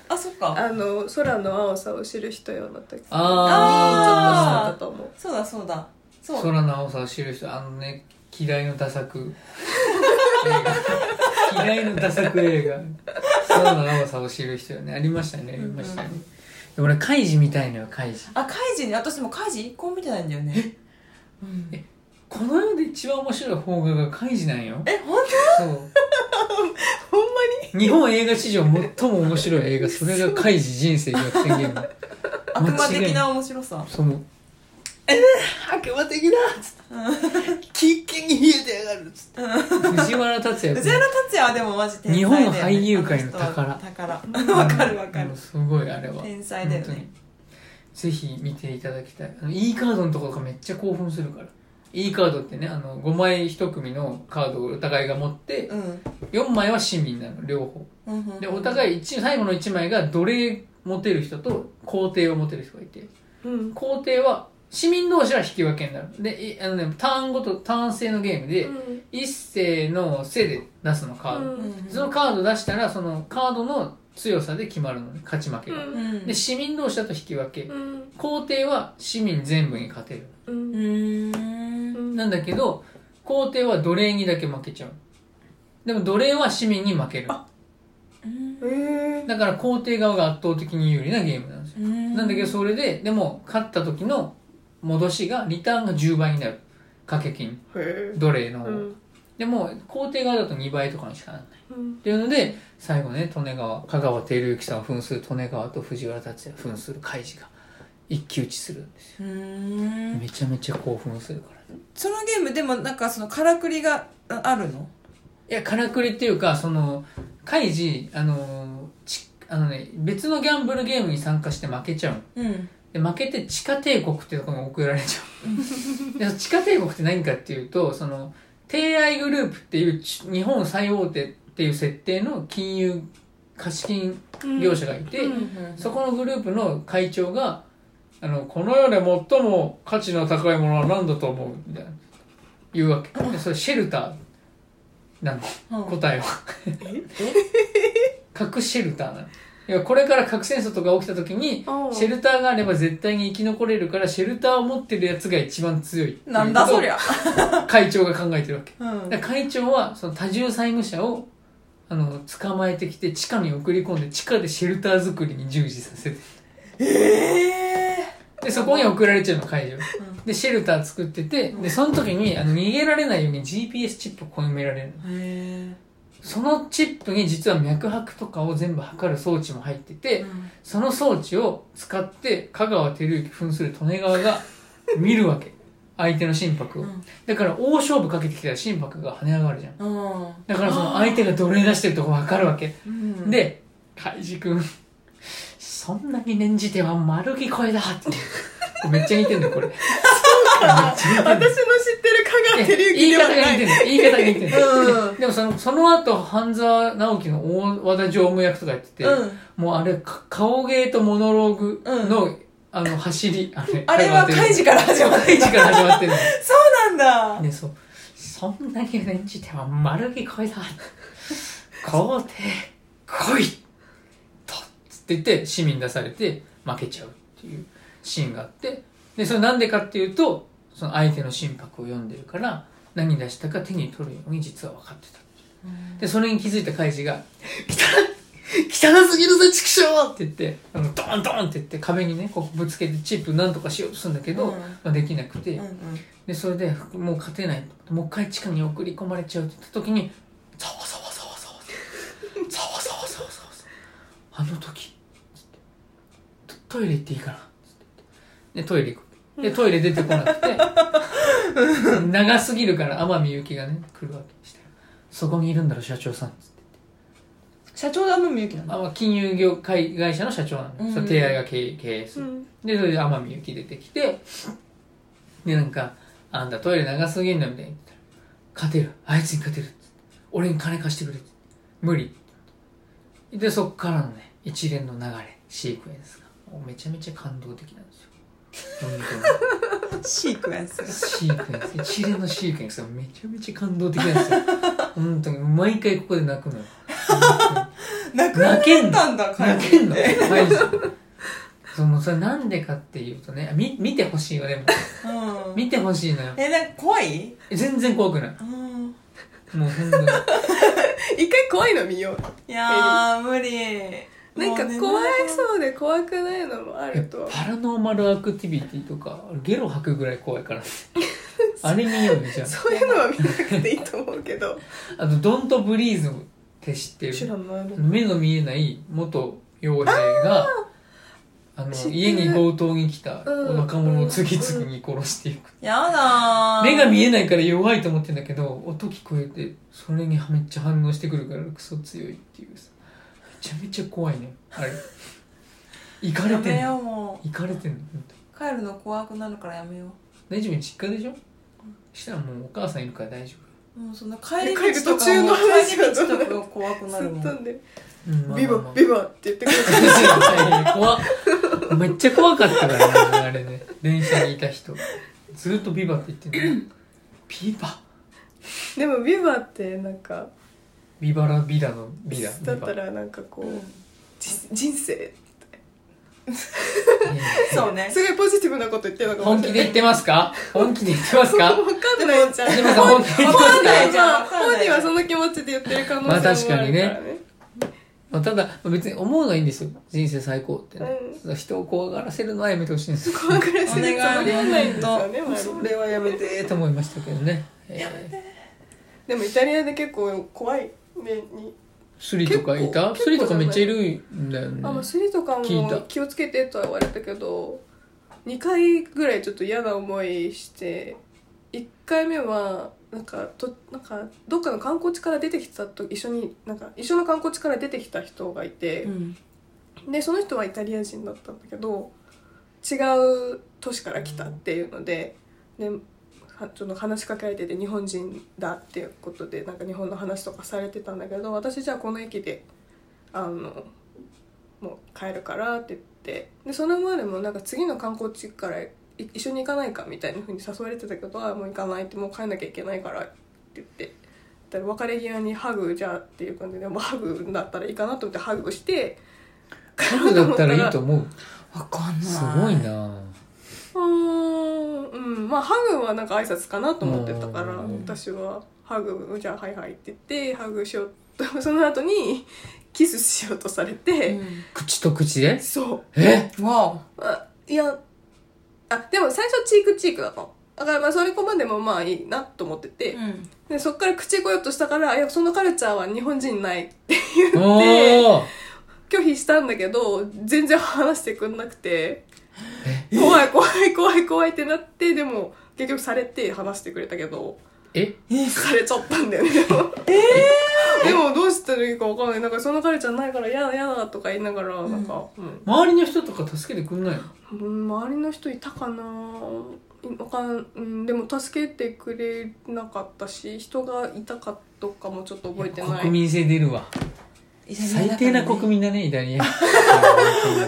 Speaker 2: あそっか
Speaker 1: あの空の青さを知る人よの時
Speaker 3: あ
Speaker 1: ちょ
Speaker 2: あー
Speaker 1: っとしたと思う
Speaker 2: そうだそうだそう
Speaker 3: 空の青さを知る人あのね嫌いのダサ く映画嫌いのダサく映 画空の青さを知る人よねありましたねありましたね、で俺カイジみたいのよカイジ
Speaker 2: あカイジね私でもカイジ一個も見てないんだよねうん
Speaker 3: えこの世で一番面白い邦画がカイジなんよ
Speaker 2: え本
Speaker 3: そう
Speaker 1: ほんまに
Speaker 3: 日本映画史上最も面白い映画それが「カイジ人生逆転ゲーム
Speaker 2: 当悪魔的な面白さ」
Speaker 3: その
Speaker 1: 悪魔的なキンキンに冷えてやがる
Speaker 3: 藤原竜 也
Speaker 2: 藤原竜也はでもマジ天才
Speaker 3: 日
Speaker 2: だよ、ね、
Speaker 3: 本俳優界の宝
Speaker 2: あの人は宝わかるわかる
Speaker 3: うんすごいあれは
Speaker 2: 天才だよね
Speaker 3: 本当にぜひ見ていただきたいあの E カードのところがめっちゃ興奮するから E カードってねあの5枚1組のカードをお互いが持って
Speaker 2: うん
Speaker 3: 4枚は市民なの両方
Speaker 2: うんうんうん
Speaker 3: でお互い一最後の1枚が奴隷持てる人と皇帝を持てる人がいて
Speaker 1: うん
Speaker 3: 皇帝は市民同士は引き分けになるでいあの、ね、ターンごとターン制のゲームで、一世のせで出すのカード、
Speaker 1: うん
Speaker 3: そのカード出したらそのカードの強さで決まるのね勝ち負けが、
Speaker 1: うん
Speaker 2: うん
Speaker 3: で市民同士だと引き分け、
Speaker 1: うん
Speaker 3: 皇帝は市民全部に勝てる、
Speaker 1: う
Speaker 2: うんーん
Speaker 3: なんだけど皇帝は奴隷にだけ負けちゃうでも奴隷は市民に負ける
Speaker 2: うん
Speaker 1: え
Speaker 3: だから皇帝側が圧倒的に有利なゲームなんですよ、なんだけどそれででも勝った時の戻しがリターンが10倍になる掛け金
Speaker 1: ーへ
Speaker 3: 奴隷の
Speaker 1: ー
Speaker 3: 方、
Speaker 1: うん
Speaker 3: でも皇帝側だと2倍とかにしかならない
Speaker 1: うん
Speaker 3: っていうので最後ね利根川香川照之さん扮する利根川と藤原竜也扮する海事が一騎打ちするんですよ
Speaker 2: うーん
Speaker 3: めちゃめちゃ興奮するからね
Speaker 2: そのゲームでもなんかそのからくりがああるの
Speaker 3: いやからくりっていうかその海事あのちあのね別のギャンブルゲームに参加して負けちゃうの
Speaker 2: うん
Speaker 3: で負けて地下帝国っていうところに送られち ゃうで地下帝国って何かっていうとその帝愛グループっていうち日本最大手っていう設定の金融貸金業者がいて、
Speaker 1: うん
Speaker 3: そこのグループの会長が、あの、この世で最も価値の高いものは何だと思うみたいな、言うわけ。でそれシェルターなの、
Speaker 2: うん
Speaker 3: 答えは。 核シェルターなの。いやこれから核戦争とか起きた時に、
Speaker 1: あー
Speaker 3: シェルターがあれば絶対に生き残れるから、シェルターを持ってるやつが一番強いっていう
Speaker 2: なんだそり
Speaker 3: ゃ。
Speaker 2: ゃ
Speaker 3: 会長が考えてるわけ。
Speaker 2: うん
Speaker 3: で会長はその多重債務者をあの捕まえてきて地下に送り込んで地下でシェルター作りに従事させて
Speaker 2: え
Speaker 3: でそこに送られちゃうの会場
Speaker 2: ん
Speaker 3: でシェルター作っててでその時にあの逃げられないように GPS チップを込められるの
Speaker 2: ーへ
Speaker 3: そのチップに実は脈拍とかを全部測る装置も入ってて
Speaker 2: え
Speaker 3: そ の装置を使って香川照之扮する利根川が見るわけ相手の心拍を、
Speaker 2: うん
Speaker 3: だから大勝負かけてきたら心拍が跳ね上がるじゃん
Speaker 2: うん
Speaker 3: だからその相手が奴隷出してるとこ分かるわけ
Speaker 2: うん
Speaker 3: で海く君そんなに念じては丸聞こえだって めっちゃ似てんのこれめっちゃ似てんの
Speaker 1: 私の知ってる香川照之
Speaker 3: 言い
Speaker 1: で
Speaker 3: 方
Speaker 1: は
Speaker 3: が
Speaker 1: な
Speaker 3: 似
Speaker 1: い
Speaker 3: てんの言い方が似てんの、
Speaker 2: うん
Speaker 3: でもそのその後半沢直樹の大和田常務役とかやってて、
Speaker 2: うん
Speaker 3: もうあれか顔芸とモノローグの、あの走りあれ
Speaker 2: あれはカイジから始まった
Speaker 3: 開示から始まってるの
Speaker 2: そうなんだ
Speaker 3: でそうそんなに演じては丸木こいだ皇帝来いとっつって言って市民出されて負けちゃうっていうシーンがあってでそれなんでかっていうとその相手の心拍を読んでるから何出したか手に取るように実は分かってたでそれに気づいたカイジが「汚い汚すぎるぜ畜生!」って言ってあのドーンドーンって言って壁にねこうぶつけてチップなんとかしようとするんだけど、
Speaker 2: うん
Speaker 3: まあ、できなくて、
Speaker 2: うんうん
Speaker 3: でそれでもう勝てないもう一回地下に送り込まれちゃうって言った時にざわざわざわざわざわざわざわざわざわあの時つってトトイレ行っていいかなつって言ってでトイレ行くでトイレ出てこなくて長すぎるから天海祐希がね来るわけしてそこにいるんだろ社長さんつって
Speaker 2: 社長が天海祐希なんだ
Speaker 3: あまあ金融業界会社の社長なんだよ、
Speaker 2: うん
Speaker 3: その手合いが経営経営す
Speaker 1: う
Speaker 3: る、
Speaker 1: ん
Speaker 3: で、それで天海祐希出てきて、で、なんか、あんたトイレ長すぎんだみたいに言ったら勝てる。あいつに勝てる。俺に金貸してくれ。無理。で、そっからのね、一連の流れ、シークエンスが、もうめちゃめちゃ感動的なんですよ。本
Speaker 2: シークエンス
Speaker 3: 当に。シークエンス、一連のシークエンスがめちゃめちゃ感動的なんですよ。本当に、毎回ここで泣くのよ。
Speaker 2: 泣くな
Speaker 3: けんの
Speaker 2: ったんだカイ
Speaker 3: 泣
Speaker 2: ジ
Speaker 3: けんのマジでそのそれなんでかっていうとね、み見てほしいよ、でも。
Speaker 2: うん
Speaker 3: 見てほしいのよ。
Speaker 2: えなんか怖い
Speaker 3: 全然怖くない。
Speaker 2: うん
Speaker 3: もう本当に。
Speaker 1: 一回怖いの見よ
Speaker 2: いやー無理
Speaker 1: うなんか怖いそうで怖くないのもあるとは
Speaker 3: パラノーマルアクティビティとか、ゲロ吐くぐらい怖いから。あれ見ようね、じゃ
Speaker 1: そういうのは見なくていいと思うけど
Speaker 3: あ。あと、ドントブリーズって知って
Speaker 1: 知ら
Speaker 3: る。
Speaker 1: ない
Speaker 3: 目の見えない元傭兵が、あ
Speaker 1: 知ってる
Speaker 3: の、家に強盗に来た
Speaker 1: うん
Speaker 3: 若者を次々に殺していく。
Speaker 2: やだー
Speaker 3: 目が見えないから弱いと思ってんだけど、音聞こえて、それにめっちゃ反応してくるからクソ強いっていうさ。めちゃめちゃ怖いね。あ れ。いかれ
Speaker 2: や
Speaker 3: て
Speaker 2: め
Speaker 3: んの
Speaker 2: よ。うも
Speaker 3: 行かれてんの本当に
Speaker 2: う帰るの怖くなるからやめよ
Speaker 3: 大丈夫実家でしょしたらもうお母さんいるから大丈
Speaker 2: うもうそんな帰り
Speaker 1: 帰る
Speaker 2: 道
Speaker 1: 途
Speaker 2: とか
Speaker 1: 中の
Speaker 2: も
Speaker 1: 話
Speaker 2: 帰
Speaker 1: が
Speaker 2: り道とかが怖くなる
Speaker 1: 突
Speaker 2: も
Speaker 1: っ
Speaker 2: ん
Speaker 1: 飛んで
Speaker 3: 夫う
Speaker 1: 「
Speaker 3: んまあ
Speaker 1: ビ
Speaker 3: まあ
Speaker 1: バ
Speaker 3: まあ
Speaker 1: ビバ」って言ってくる
Speaker 3: いやいや怖っめっちゃ怖かったからねあれね電車にいた人ずっとビバって言ってる のビバ
Speaker 1: でも「ビバ」ってなんか
Speaker 3: ビバラビダのビダ
Speaker 1: だ
Speaker 3: ビ
Speaker 1: っ
Speaker 3: バ
Speaker 1: たらなんかこうじ人生
Speaker 3: いやいや
Speaker 2: そうね
Speaker 1: すごいポジティブなこと言ってるのか
Speaker 3: 本
Speaker 1: もしれ
Speaker 3: 気
Speaker 1: な
Speaker 3: で
Speaker 1: い
Speaker 3: 言ってますか本気で言ってますか
Speaker 1: 分かんないじゃん
Speaker 3: でもさ本気で言ってま
Speaker 2: わか
Speaker 3: す
Speaker 2: ん
Speaker 3: か
Speaker 2: ないじゃん
Speaker 1: まあ本人はその気持ちで言ってる可能性もあるから、ね、
Speaker 3: まあ確かにねまあ、ただ別に思うのはいいんですよ人生最高ってね、人を怖がらせるのはやめてほしいんですよ
Speaker 1: 怖がらせるつもりはないんですよね周
Speaker 3: 本当
Speaker 1: り
Speaker 3: それはやめてと思いましたけどね、えー
Speaker 1: でもイタリアで結構怖い目に、
Speaker 3: スリとかいた
Speaker 1: 結構
Speaker 3: スリとかめっちゃいるんだよね
Speaker 1: あまあスリとかも
Speaker 3: 聞いた
Speaker 1: 気をつけてとは言われたけど2回ぐらいちょっと嫌な思いして1回目はなんかとなんかどっかの観光地から出てきたと一緒になんか一緒の観光地から出てきた人がいて、
Speaker 2: うん
Speaker 1: でその人はイタリア人だったんだけど違う都市から来たっていうのでではその話しかけられてて日本人だっていうことでなんか日本の話とかされてたんだけど私じゃあこの駅であのもう帰るからって言ってでその前もなんか次の観光地からい一緒に行かないかみたいな風に誘われてたけどあもう行かないってもう帰んなきゃいけないからって言って。だから別れ際にハグじゃあっていう感じでもうハグだったらいいかなと思ってハグして
Speaker 3: 家族だったらいいと思う
Speaker 2: わかんない
Speaker 3: すごいな
Speaker 1: うーんうんまあハグはなんか挨拶かなと思ってたから
Speaker 3: うん
Speaker 1: 私はハグじゃあはいはいって言ってハグしようとその後にキスしようとされて、
Speaker 3: 口と口で
Speaker 1: そ
Speaker 3: え
Speaker 2: うんわ
Speaker 1: うあいやあでも最初チークチークだったのだからまあそれこまでもまあいいなと思って
Speaker 2: お
Speaker 1: て、
Speaker 2: うん
Speaker 1: でそっから口こようとしたからいやそのカルチャーは日本人ないって
Speaker 3: お
Speaker 1: 言って
Speaker 3: ー
Speaker 1: 拒否したんだけど全然話してくんなくて怖い怖い怖い怖いってなってでも結局されて話してくれたけど
Speaker 3: え
Speaker 1: されちゃったんだよねえでもどうしたらいいかわかんないなんかその彼じゃないから嫌だ嫌だとか言いながらなんか、うん
Speaker 3: 周りの人とか助けてくんないの
Speaker 1: うん周りの人いたかないわかん、うん、でも助けてくれなかったし人がいたかとかもちょっと覚えてない
Speaker 3: 国民性出るわ最低な国
Speaker 2: 民。
Speaker 3: 民だねイタリア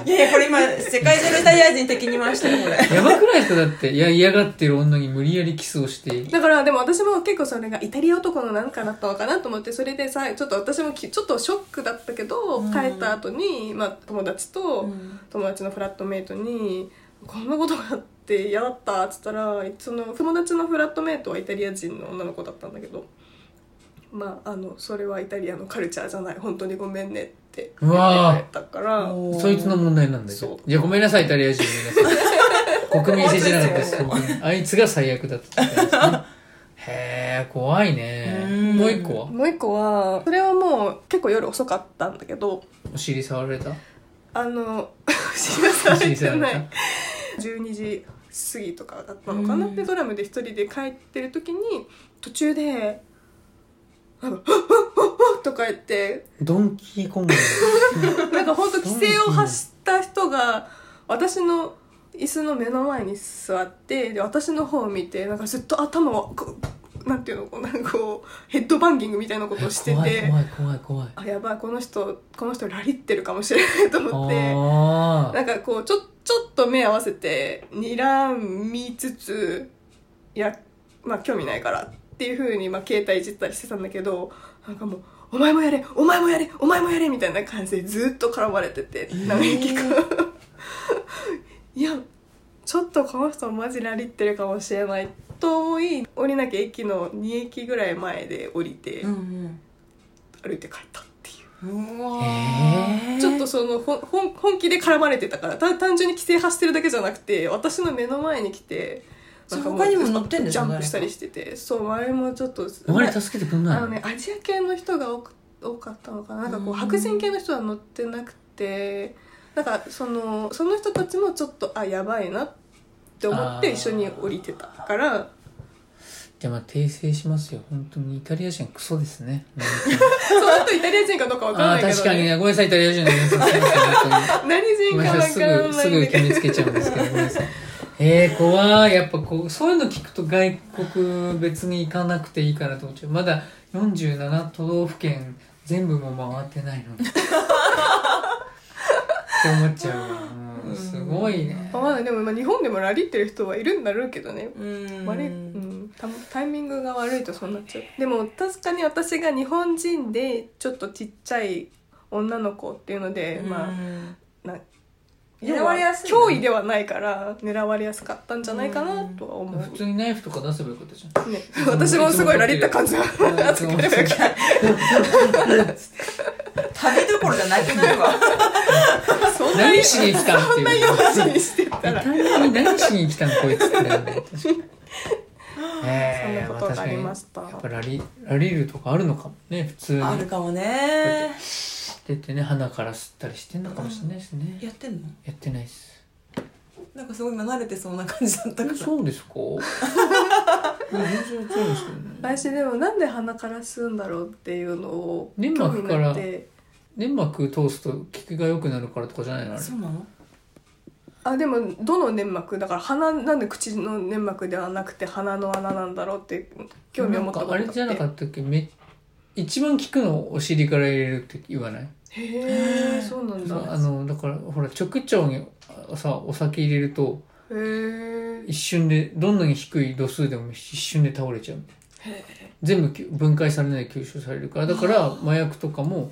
Speaker 2: いやいや、これ今、世界中のイタリア人敵に回してる、これ。
Speaker 3: やばくないですかだっていや嫌がってる女に無理やりキスをして
Speaker 1: だからでも私も結構それがイタリア男のなんかだったのかなと思ってそれでさちょっと私もきちょっとショックだったけど
Speaker 2: うん
Speaker 1: 帰った後にまあ、友達と友達のフラットメイトに「こんなことがあって嫌だった」っつったらその友達のフラットメイトはイタリア人の女の子だったんだけど「まああのそれはイタリアのカルチャーじゃない本当にごめんね」って
Speaker 3: うわー
Speaker 1: 言ってくれたから。
Speaker 2: おー
Speaker 3: そいつの問題なんだけ
Speaker 1: そ
Speaker 3: ど
Speaker 1: う
Speaker 3: いやごめんなさいイタリア人の皆さん国民性じゃなかったです
Speaker 2: 本
Speaker 3: 国民あいつが最悪だったってことですねへえ怖いね
Speaker 2: うん
Speaker 3: もう一個は
Speaker 1: もう一個はそれはもう結構夜遅かったんだけど
Speaker 3: お尻触られた
Speaker 1: あの 知らさ
Speaker 3: お
Speaker 1: れ
Speaker 3: 尻
Speaker 1: て
Speaker 3: 触ら
Speaker 1: な
Speaker 3: れ
Speaker 1: い
Speaker 3: た
Speaker 1: 12時過ぎとかだったのかな、
Speaker 2: うん
Speaker 1: でドラムで一人で帰ってる時に途中で「あの とか言って
Speaker 3: ドンキーコン グ
Speaker 1: なんか本当規制を発した人が私の椅子の目の前に座ってで私の方を見てなんかずっと頭をこうなんていうのこうなんかこうヘッドバンギングみたいなことをして
Speaker 3: 怖い
Speaker 1: て
Speaker 3: 怖い怖い怖い
Speaker 1: あやばいこの人この人ラリってるかもしれないと思って。
Speaker 3: あ
Speaker 1: なんかこうちょちょっと目合わせて睨みつついやまあ興味ないからっていう風にまあ携帯いじったりしてたんだけどなんかもう「お前もやれお前もやれお前もやれ」みたいな感じでずっと絡まれてて長生きが いやちょっとこの人マジラリってるかもしれない遠い降りなきゃ駅の2駅ぐらい前で降りて
Speaker 2: うん
Speaker 1: 歩いて帰ったっていう。
Speaker 2: うん。うわ
Speaker 3: え
Speaker 1: ちょっとそのほんほん本気で絡まれてたからた単純に規制発してるだけじゃなくて私の目の前に来てなんかう
Speaker 2: 他にも乗ってんです
Speaker 1: ジ
Speaker 2: よ
Speaker 1: ャンプしたりしててそう周りもちょっと
Speaker 3: ー周り助けてくんない
Speaker 1: あ
Speaker 3: の
Speaker 1: のねアジア系の人が多く多かったのかななんかこうん
Speaker 2: う
Speaker 1: 白人系の人は乗ってなくてなんかそのその人たちもちょっとあやばいなって思って一緒に降りてたから
Speaker 3: じゃあまあ訂正しますよ本当にイタリア人クソですね
Speaker 1: その後イタリア人かどうかわから
Speaker 3: あ
Speaker 1: な
Speaker 3: あ
Speaker 1: いけ
Speaker 3: 確
Speaker 1: ど、
Speaker 3: かに
Speaker 1: ね、
Speaker 3: ねごめんなさいイタリア人の皆さんすいません本当に
Speaker 1: 何人
Speaker 3: ごめん
Speaker 1: か
Speaker 3: な
Speaker 1: わ
Speaker 3: さい、す
Speaker 1: からないん
Speaker 3: ぐ、
Speaker 1: だ
Speaker 3: すぐ
Speaker 1: け
Speaker 3: 決
Speaker 1: ど
Speaker 3: めつけちゃうんですけど、ごめん なさい。えー、怖い。やっぱこう、そういうの聞くと外国別に行かなくていいかなと思っちゃう。まだ47都道府県全部も回ってない のに。って思っちゃうわ。うんすごいね。
Speaker 1: わかんないでもまあ日本でもラリってる人はいるんだろうけどね
Speaker 2: うん。
Speaker 1: 悪い、うん、たタイミングが悪いとそうなっちゃうでも確かに私が日本人でちょっとちっちゃい女の子っていうので、まあな
Speaker 2: 狙われやすい
Speaker 1: 要は脅威ではないから狙われやすかったんじゃないかなとは思う、
Speaker 3: 普通にナイフとか出せばよかったじゃん。
Speaker 1: ね、私もすごいラリった感じ が
Speaker 3: うん
Speaker 1: 扱 えばよかった
Speaker 2: 旅どころじゃなくなるわ。
Speaker 1: そんなに
Speaker 3: 何し
Speaker 1: そん
Speaker 3: に来たんっていう。
Speaker 1: な
Speaker 3: イ
Speaker 1: 用心してたら
Speaker 3: タリアに何しに来たのこいつってな るんだよ。確かに
Speaker 1: そん
Speaker 3: え
Speaker 1: な
Speaker 3: ーま
Speaker 1: こ
Speaker 3: あ
Speaker 1: とが
Speaker 3: 確か
Speaker 1: あ
Speaker 3: に
Speaker 1: りました、
Speaker 3: やっぱラリラリルとかあるのかもね普通に
Speaker 2: あるかもね。
Speaker 3: 出てね鼻から吸ったりしてんのかもしれないですね、や
Speaker 2: やってんの
Speaker 3: ってないです
Speaker 2: なんかすごい今慣れてそうな感じだったから。
Speaker 3: そうで すか全然そうですけどね
Speaker 1: 私でもなんで鼻から吸うんだろうっていうのを
Speaker 3: 粘
Speaker 1: 興
Speaker 3: 膜
Speaker 1: 味
Speaker 3: か
Speaker 1: に
Speaker 3: ら
Speaker 1: なって
Speaker 3: 粘膜通すと効きが良くなるからとかじゃないのあれ
Speaker 2: そうなの
Speaker 1: あでもどの粘膜だから鼻なんで口の粘膜ではなくて鼻の穴なんだろうって興味を持った
Speaker 3: な
Speaker 1: こと
Speaker 3: んかあれじゃなかったっけめ一番効くのお尻から入れるって言わない
Speaker 1: たへえそうなんだ
Speaker 3: あのだからほら直腸にあさお酒入れると
Speaker 1: へえ
Speaker 3: 一瞬でどんなに低い度数でも一瞬で倒れちゃう
Speaker 1: へ
Speaker 3: 全部きゅ分解されないで吸収されるからだから麻薬とかも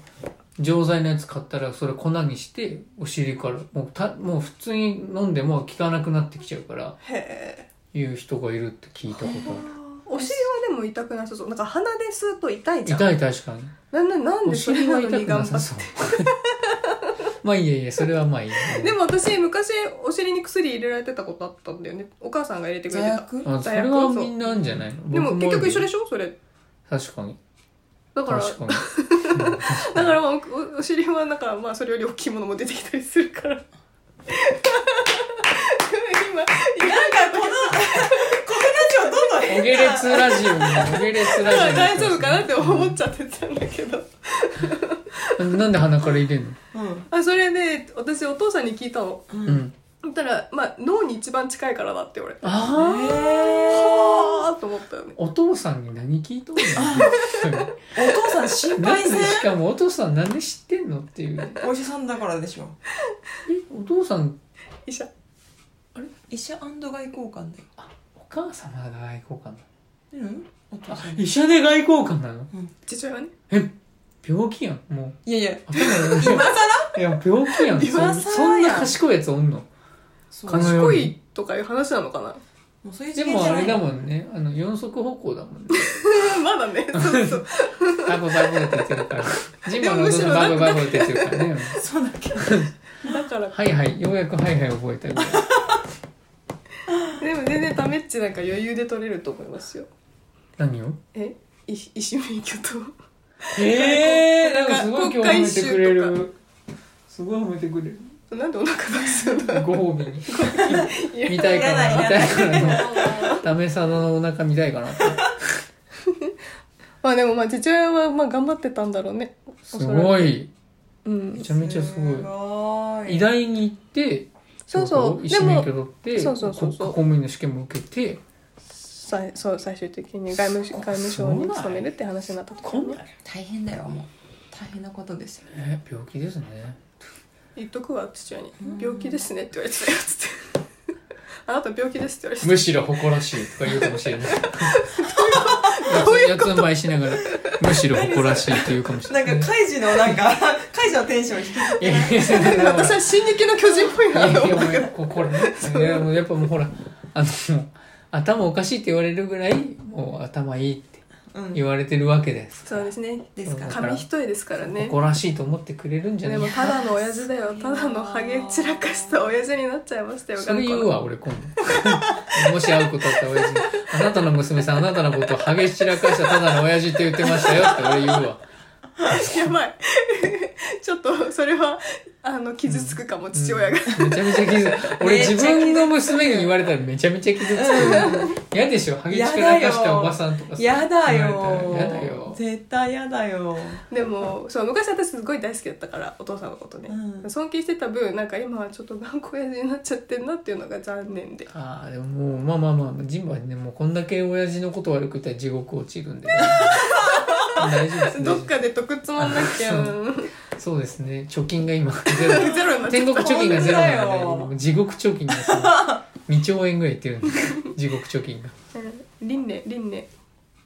Speaker 3: 錠剤のやつ買ったらそれ粉にしてお尻からもうたもう普通に飲んでも効かなくなってきちゃうから
Speaker 1: へ
Speaker 3: いう人がいるって聞いたことある
Speaker 1: お尻はでも痛くなさそうなんか鼻で吸うと痛いじゃん
Speaker 3: 痛い確かに
Speaker 1: なんななん
Speaker 3: お
Speaker 1: でそれ
Speaker 3: 尻
Speaker 1: な
Speaker 3: は
Speaker 1: の
Speaker 3: 痛
Speaker 1: に
Speaker 3: く
Speaker 1: 頑
Speaker 3: な
Speaker 1: 張
Speaker 3: さ
Speaker 1: って
Speaker 3: そうまあいいやいやそれはまあいい
Speaker 1: でも私昔お尻に薬入れられてたことあったんだよねお母さんが入れてくれ
Speaker 2: 座
Speaker 1: てた
Speaker 2: 薬
Speaker 3: あそれはみんなあんじゃないの
Speaker 1: でも結局一緒で
Speaker 3: し
Speaker 1: しょそれ
Speaker 3: 確かに
Speaker 1: だから
Speaker 3: 確かに
Speaker 1: だからまあおお尻はなんかまあそれより大きいものも出てきたりするから今
Speaker 2: なんかこの、このラ
Speaker 1: 変な
Speaker 2: ジ
Speaker 3: オゲレツラジオにオゲレツラジオにな
Speaker 1: 大
Speaker 3: ってますね
Speaker 1: 丈夫かなって思っちゃってたんだけど
Speaker 3: なんで鼻から入れるの
Speaker 2: う
Speaker 1: あそれで、私お父さんに聞いたの
Speaker 2: ん
Speaker 3: う
Speaker 2: うん
Speaker 3: ん
Speaker 1: そしたら、まあ、脳に一番近いからだって俺
Speaker 3: ああ
Speaker 1: はあと思ったよね
Speaker 3: お父さんに何聞いとんの
Speaker 2: お父さん心
Speaker 3: な
Speaker 2: 配
Speaker 3: ん
Speaker 2: せん
Speaker 3: でしかもお父さんなんで知ってんのっていうえ
Speaker 2: お医者さんだからでしょ
Speaker 3: お父さん
Speaker 1: 医者
Speaker 2: 医者外交官だよ
Speaker 3: お母様が外交官なの
Speaker 2: うんお父さん
Speaker 3: 医者で外交官なの
Speaker 1: 父親はね
Speaker 3: え病気やんもう
Speaker 2: いやいや
Speaker 3: 頭いや
Speaker 2: 今更
Speaker 3: いや病気やん
Speaker 2: 今更やん
Speaker 3: そそんな賢いやつおんの
Speaker 2: そう
Speaker 3: この世
Speaker 1: 賢
Speaker 3: に
Speaker 1: いとかいう話なのかな
Speaker 2: もうそういう
Speaker 3: で
Speaker 2: 次元
Speaker 3: も
Speaker 2: じゃ
Speaker 3: あ
Speaker 2: ない
Speaker 3: れだもんねあの四足歩行だ もんね
Speaker 1: まだねそうそう
Speaker 3: バブバブって言ってるからジムのお父さ
Speaker 1: でもむしろ
Speaker 3: んバ
Speaker 1: な
Speaker 3: ブ
Speaker 1: んか
Speaker 3: バブって言ってるからね
Speaker 2: そうだっけ
Speaker 1: だから
Speaker 3: はいはいようやくはいはい覚えたぐらい
Speaker 1: でも全然ダメっちなんか余裕で取れると思いますよ
Speaker 3: 何を
Speaker 1: えい医師免許と
Speaker 3: ええー、なん
Speaker 1: 国
Speaker 3: か
Speaker 1: 家
Speaker 3: すごい今日褒めてくれ
Speaker 1: 国
Speaker 3: るすごい褒めてくれる
Speaker 1: なんでお腹出すんだ
Speaker 3: ご褒美に見たいから
Speaker 2: い
Speaker 3: 見
Speaker 2: らな
Speaker 3: た
Speaker 2: い
Speaker 3: いからのダメさのお腹見たいかなって
Speaker 1: まあでもまあ父親はまあ頑張ってたんだろうね
Speaker 3: すごい
Speaker 1: うん
Speaker 3: めちゃめちゃすごい
Speaker 2: ごい
Speaker 3: 医大に行って
Speaker 1: そうそう
Speaker 3: 医師
Speaker 1: でも
Speaker 3: 免許取って
Speaker 1: そうそうそうそう
Speaker 3: 国家公務員の試験も受けて
Speaker 1: さいそう最終的に外務省
Speaker 3: そう
Speaker 1: 外務省に勤めるって話になったと
Speaker 3: こんな
Speaker 2: 大変だよもう大変なことですよ
Speaker 3: え病気ですね
Speaker 1: 言っとくわ父親に「病気ですね」って言われてたよつって 「あなた病気です」って言われてた
Speaker 3: むしろ誇らしいとか言うかもしれ ない
Speaker 1: どういう
Speaker 3: やつんばいしながらむしろ誇らしいって言うかもし
Speaker 2: な
Speaker 3: れ
Speaker 2: ん
Speaker 3: ない
Speaker 2: かカイジのなんか カイジのテンション低い
Speaker 3: いやいやそんなことない
Speaker 1: 私は「進撃の巨人」っぽい
Speaker 3: いや
Speaker 1: なと
Speaker 3: い
Speaker 1: 思
Speaker 3: や
Speaker 1: っ
Speaker 3: も
Speaker 1: たけ
Speaker 3: う
Speaker 1: ど
Speaker 3: ここれねいやもうやっぱもうほらあのもう頭おかしいって言われるぐらいもう頭いいって
Speaker 2: うん
Speaker 3: 言われてるわけです
Speaker 1: そうですね
Speaker 2: ですから
Speaker 1: 紙一重ですからね
Speaker 3: 誇らしいと思ってくれるんじゃな
Speaker 1: で
Speaker 3: い
Speaker 1: もただの親父だよただのハゲ散らかした親父になっちゃいましたよ
Speaker 3: それ言
Speaker 1: 頑
Speaker 3: う
Speaker 1: 固な
Speaker 3: わ俺今度 もし会うことあったら親父に「あなたの娘さんあなたのことをハゲ散らかしたただの親父って言ってましたよ」って俺言うわ
Speaker 1: やばい ちょっとそれはあの傷つくかも父親が、
Speaker 3: めちゃめちゃ傷俺自分の娘に言われたらめちゃめちゃ傷つく嫌でしょハゲ散らかしたおばさんとかさ
Speaker 2: やだ
Speaker 3: 言われ
Speaker 2: よ
Speaker 3: たらやだよ
Speaker 2: 絶対やだよ
Speaker 1: でもそう昔私すごい大好きだったからお父さんのことね、
Speaker 2: うん
Speaker 1: 尊敬してた分なんか今はちょっと頑固親父になっちゃってんなっていうのが残念で
Speaker 3: ああでももうまあまあまあジンバはねもうこんだけ親父のこと悪く言ったら地獄落ちる んで、大丈夫です
Speaker 1: どっかで得つまんなきゃ
Speaker 3: あ
Speaker 1: うん
Speaker 3: そうですね貯金が今ゼ ロ
Speaker 1: ゼロになっちゃ
Speaker 3: 天
Speaker 1: っ
Speaker 3: 国貯金がゼロな
Speaker 2: 本当だよ
Speaker 3: ので地獄貯金がすごい2兆円ぐらいいってるんで地獄貯金が
Speaker 1: た輪廻輪廻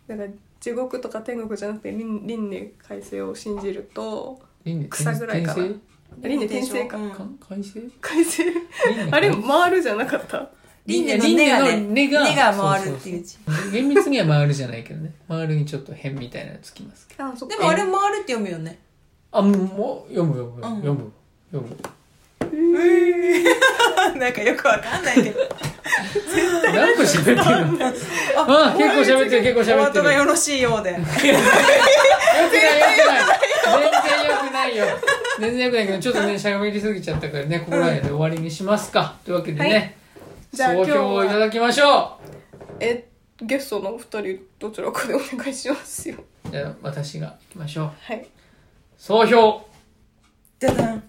Speaker 1: だから地獄とか天国じゃなくて輪輪廻改正を信じると
Speaker 3: 輪廻
Speaker 1: 草ぐらいかな
Speaker 3: 転
Speaker 1: 輪廻転生か
Speaker 2: うん
Speaker 3: 生か改正
Speaker 1: 改正
Speaker 3: 輪廻
Speaker 1: あれ回るじゃなかった
Speaker 2: 輪廻の根がね
Speaker 3: 輪廻の根が
Speaker 2: 根が回るっていう字
Speaker 3: そうそうそう厳密には回るじゃないけどね回るにちょっと変みたいなのつきますけど
Speaker 1: あそっ
Speaker 2: で
Speaker 1: か
Speaker 2: もあれ回るって読むよね
Speaker 3: あもう読む読む
Speaker 2: うん
Speaker 3: 読む読む
Speaker 2: なんかよくわかんないけど
Speaker 3: 何個喋ってるのあ結構喋ってる結構
Speaker 2: お
Speaker 3: 喋って
Speaker 2: 後
Speaker 3: る
Speaker 2: がよろしいようで
Speaker 3: よくないよくない全然よくないよ全然よくないけどちょっとねしゃべりすぎちゃったからねここら辺で終わりにしますかというわけで
Speaker 1: は
Speaker 3: ね、
Speaker 1: じゃあ
Speaker 3: 総評をいただきましょ
Speaker 1: えゲストのお二人どちらかでお願いしますよ
Speaker 3: うじゃあ私がいきましょう
Speaker 1: はい
Speaker 3: 総評
Speaker 2: じゃじゃん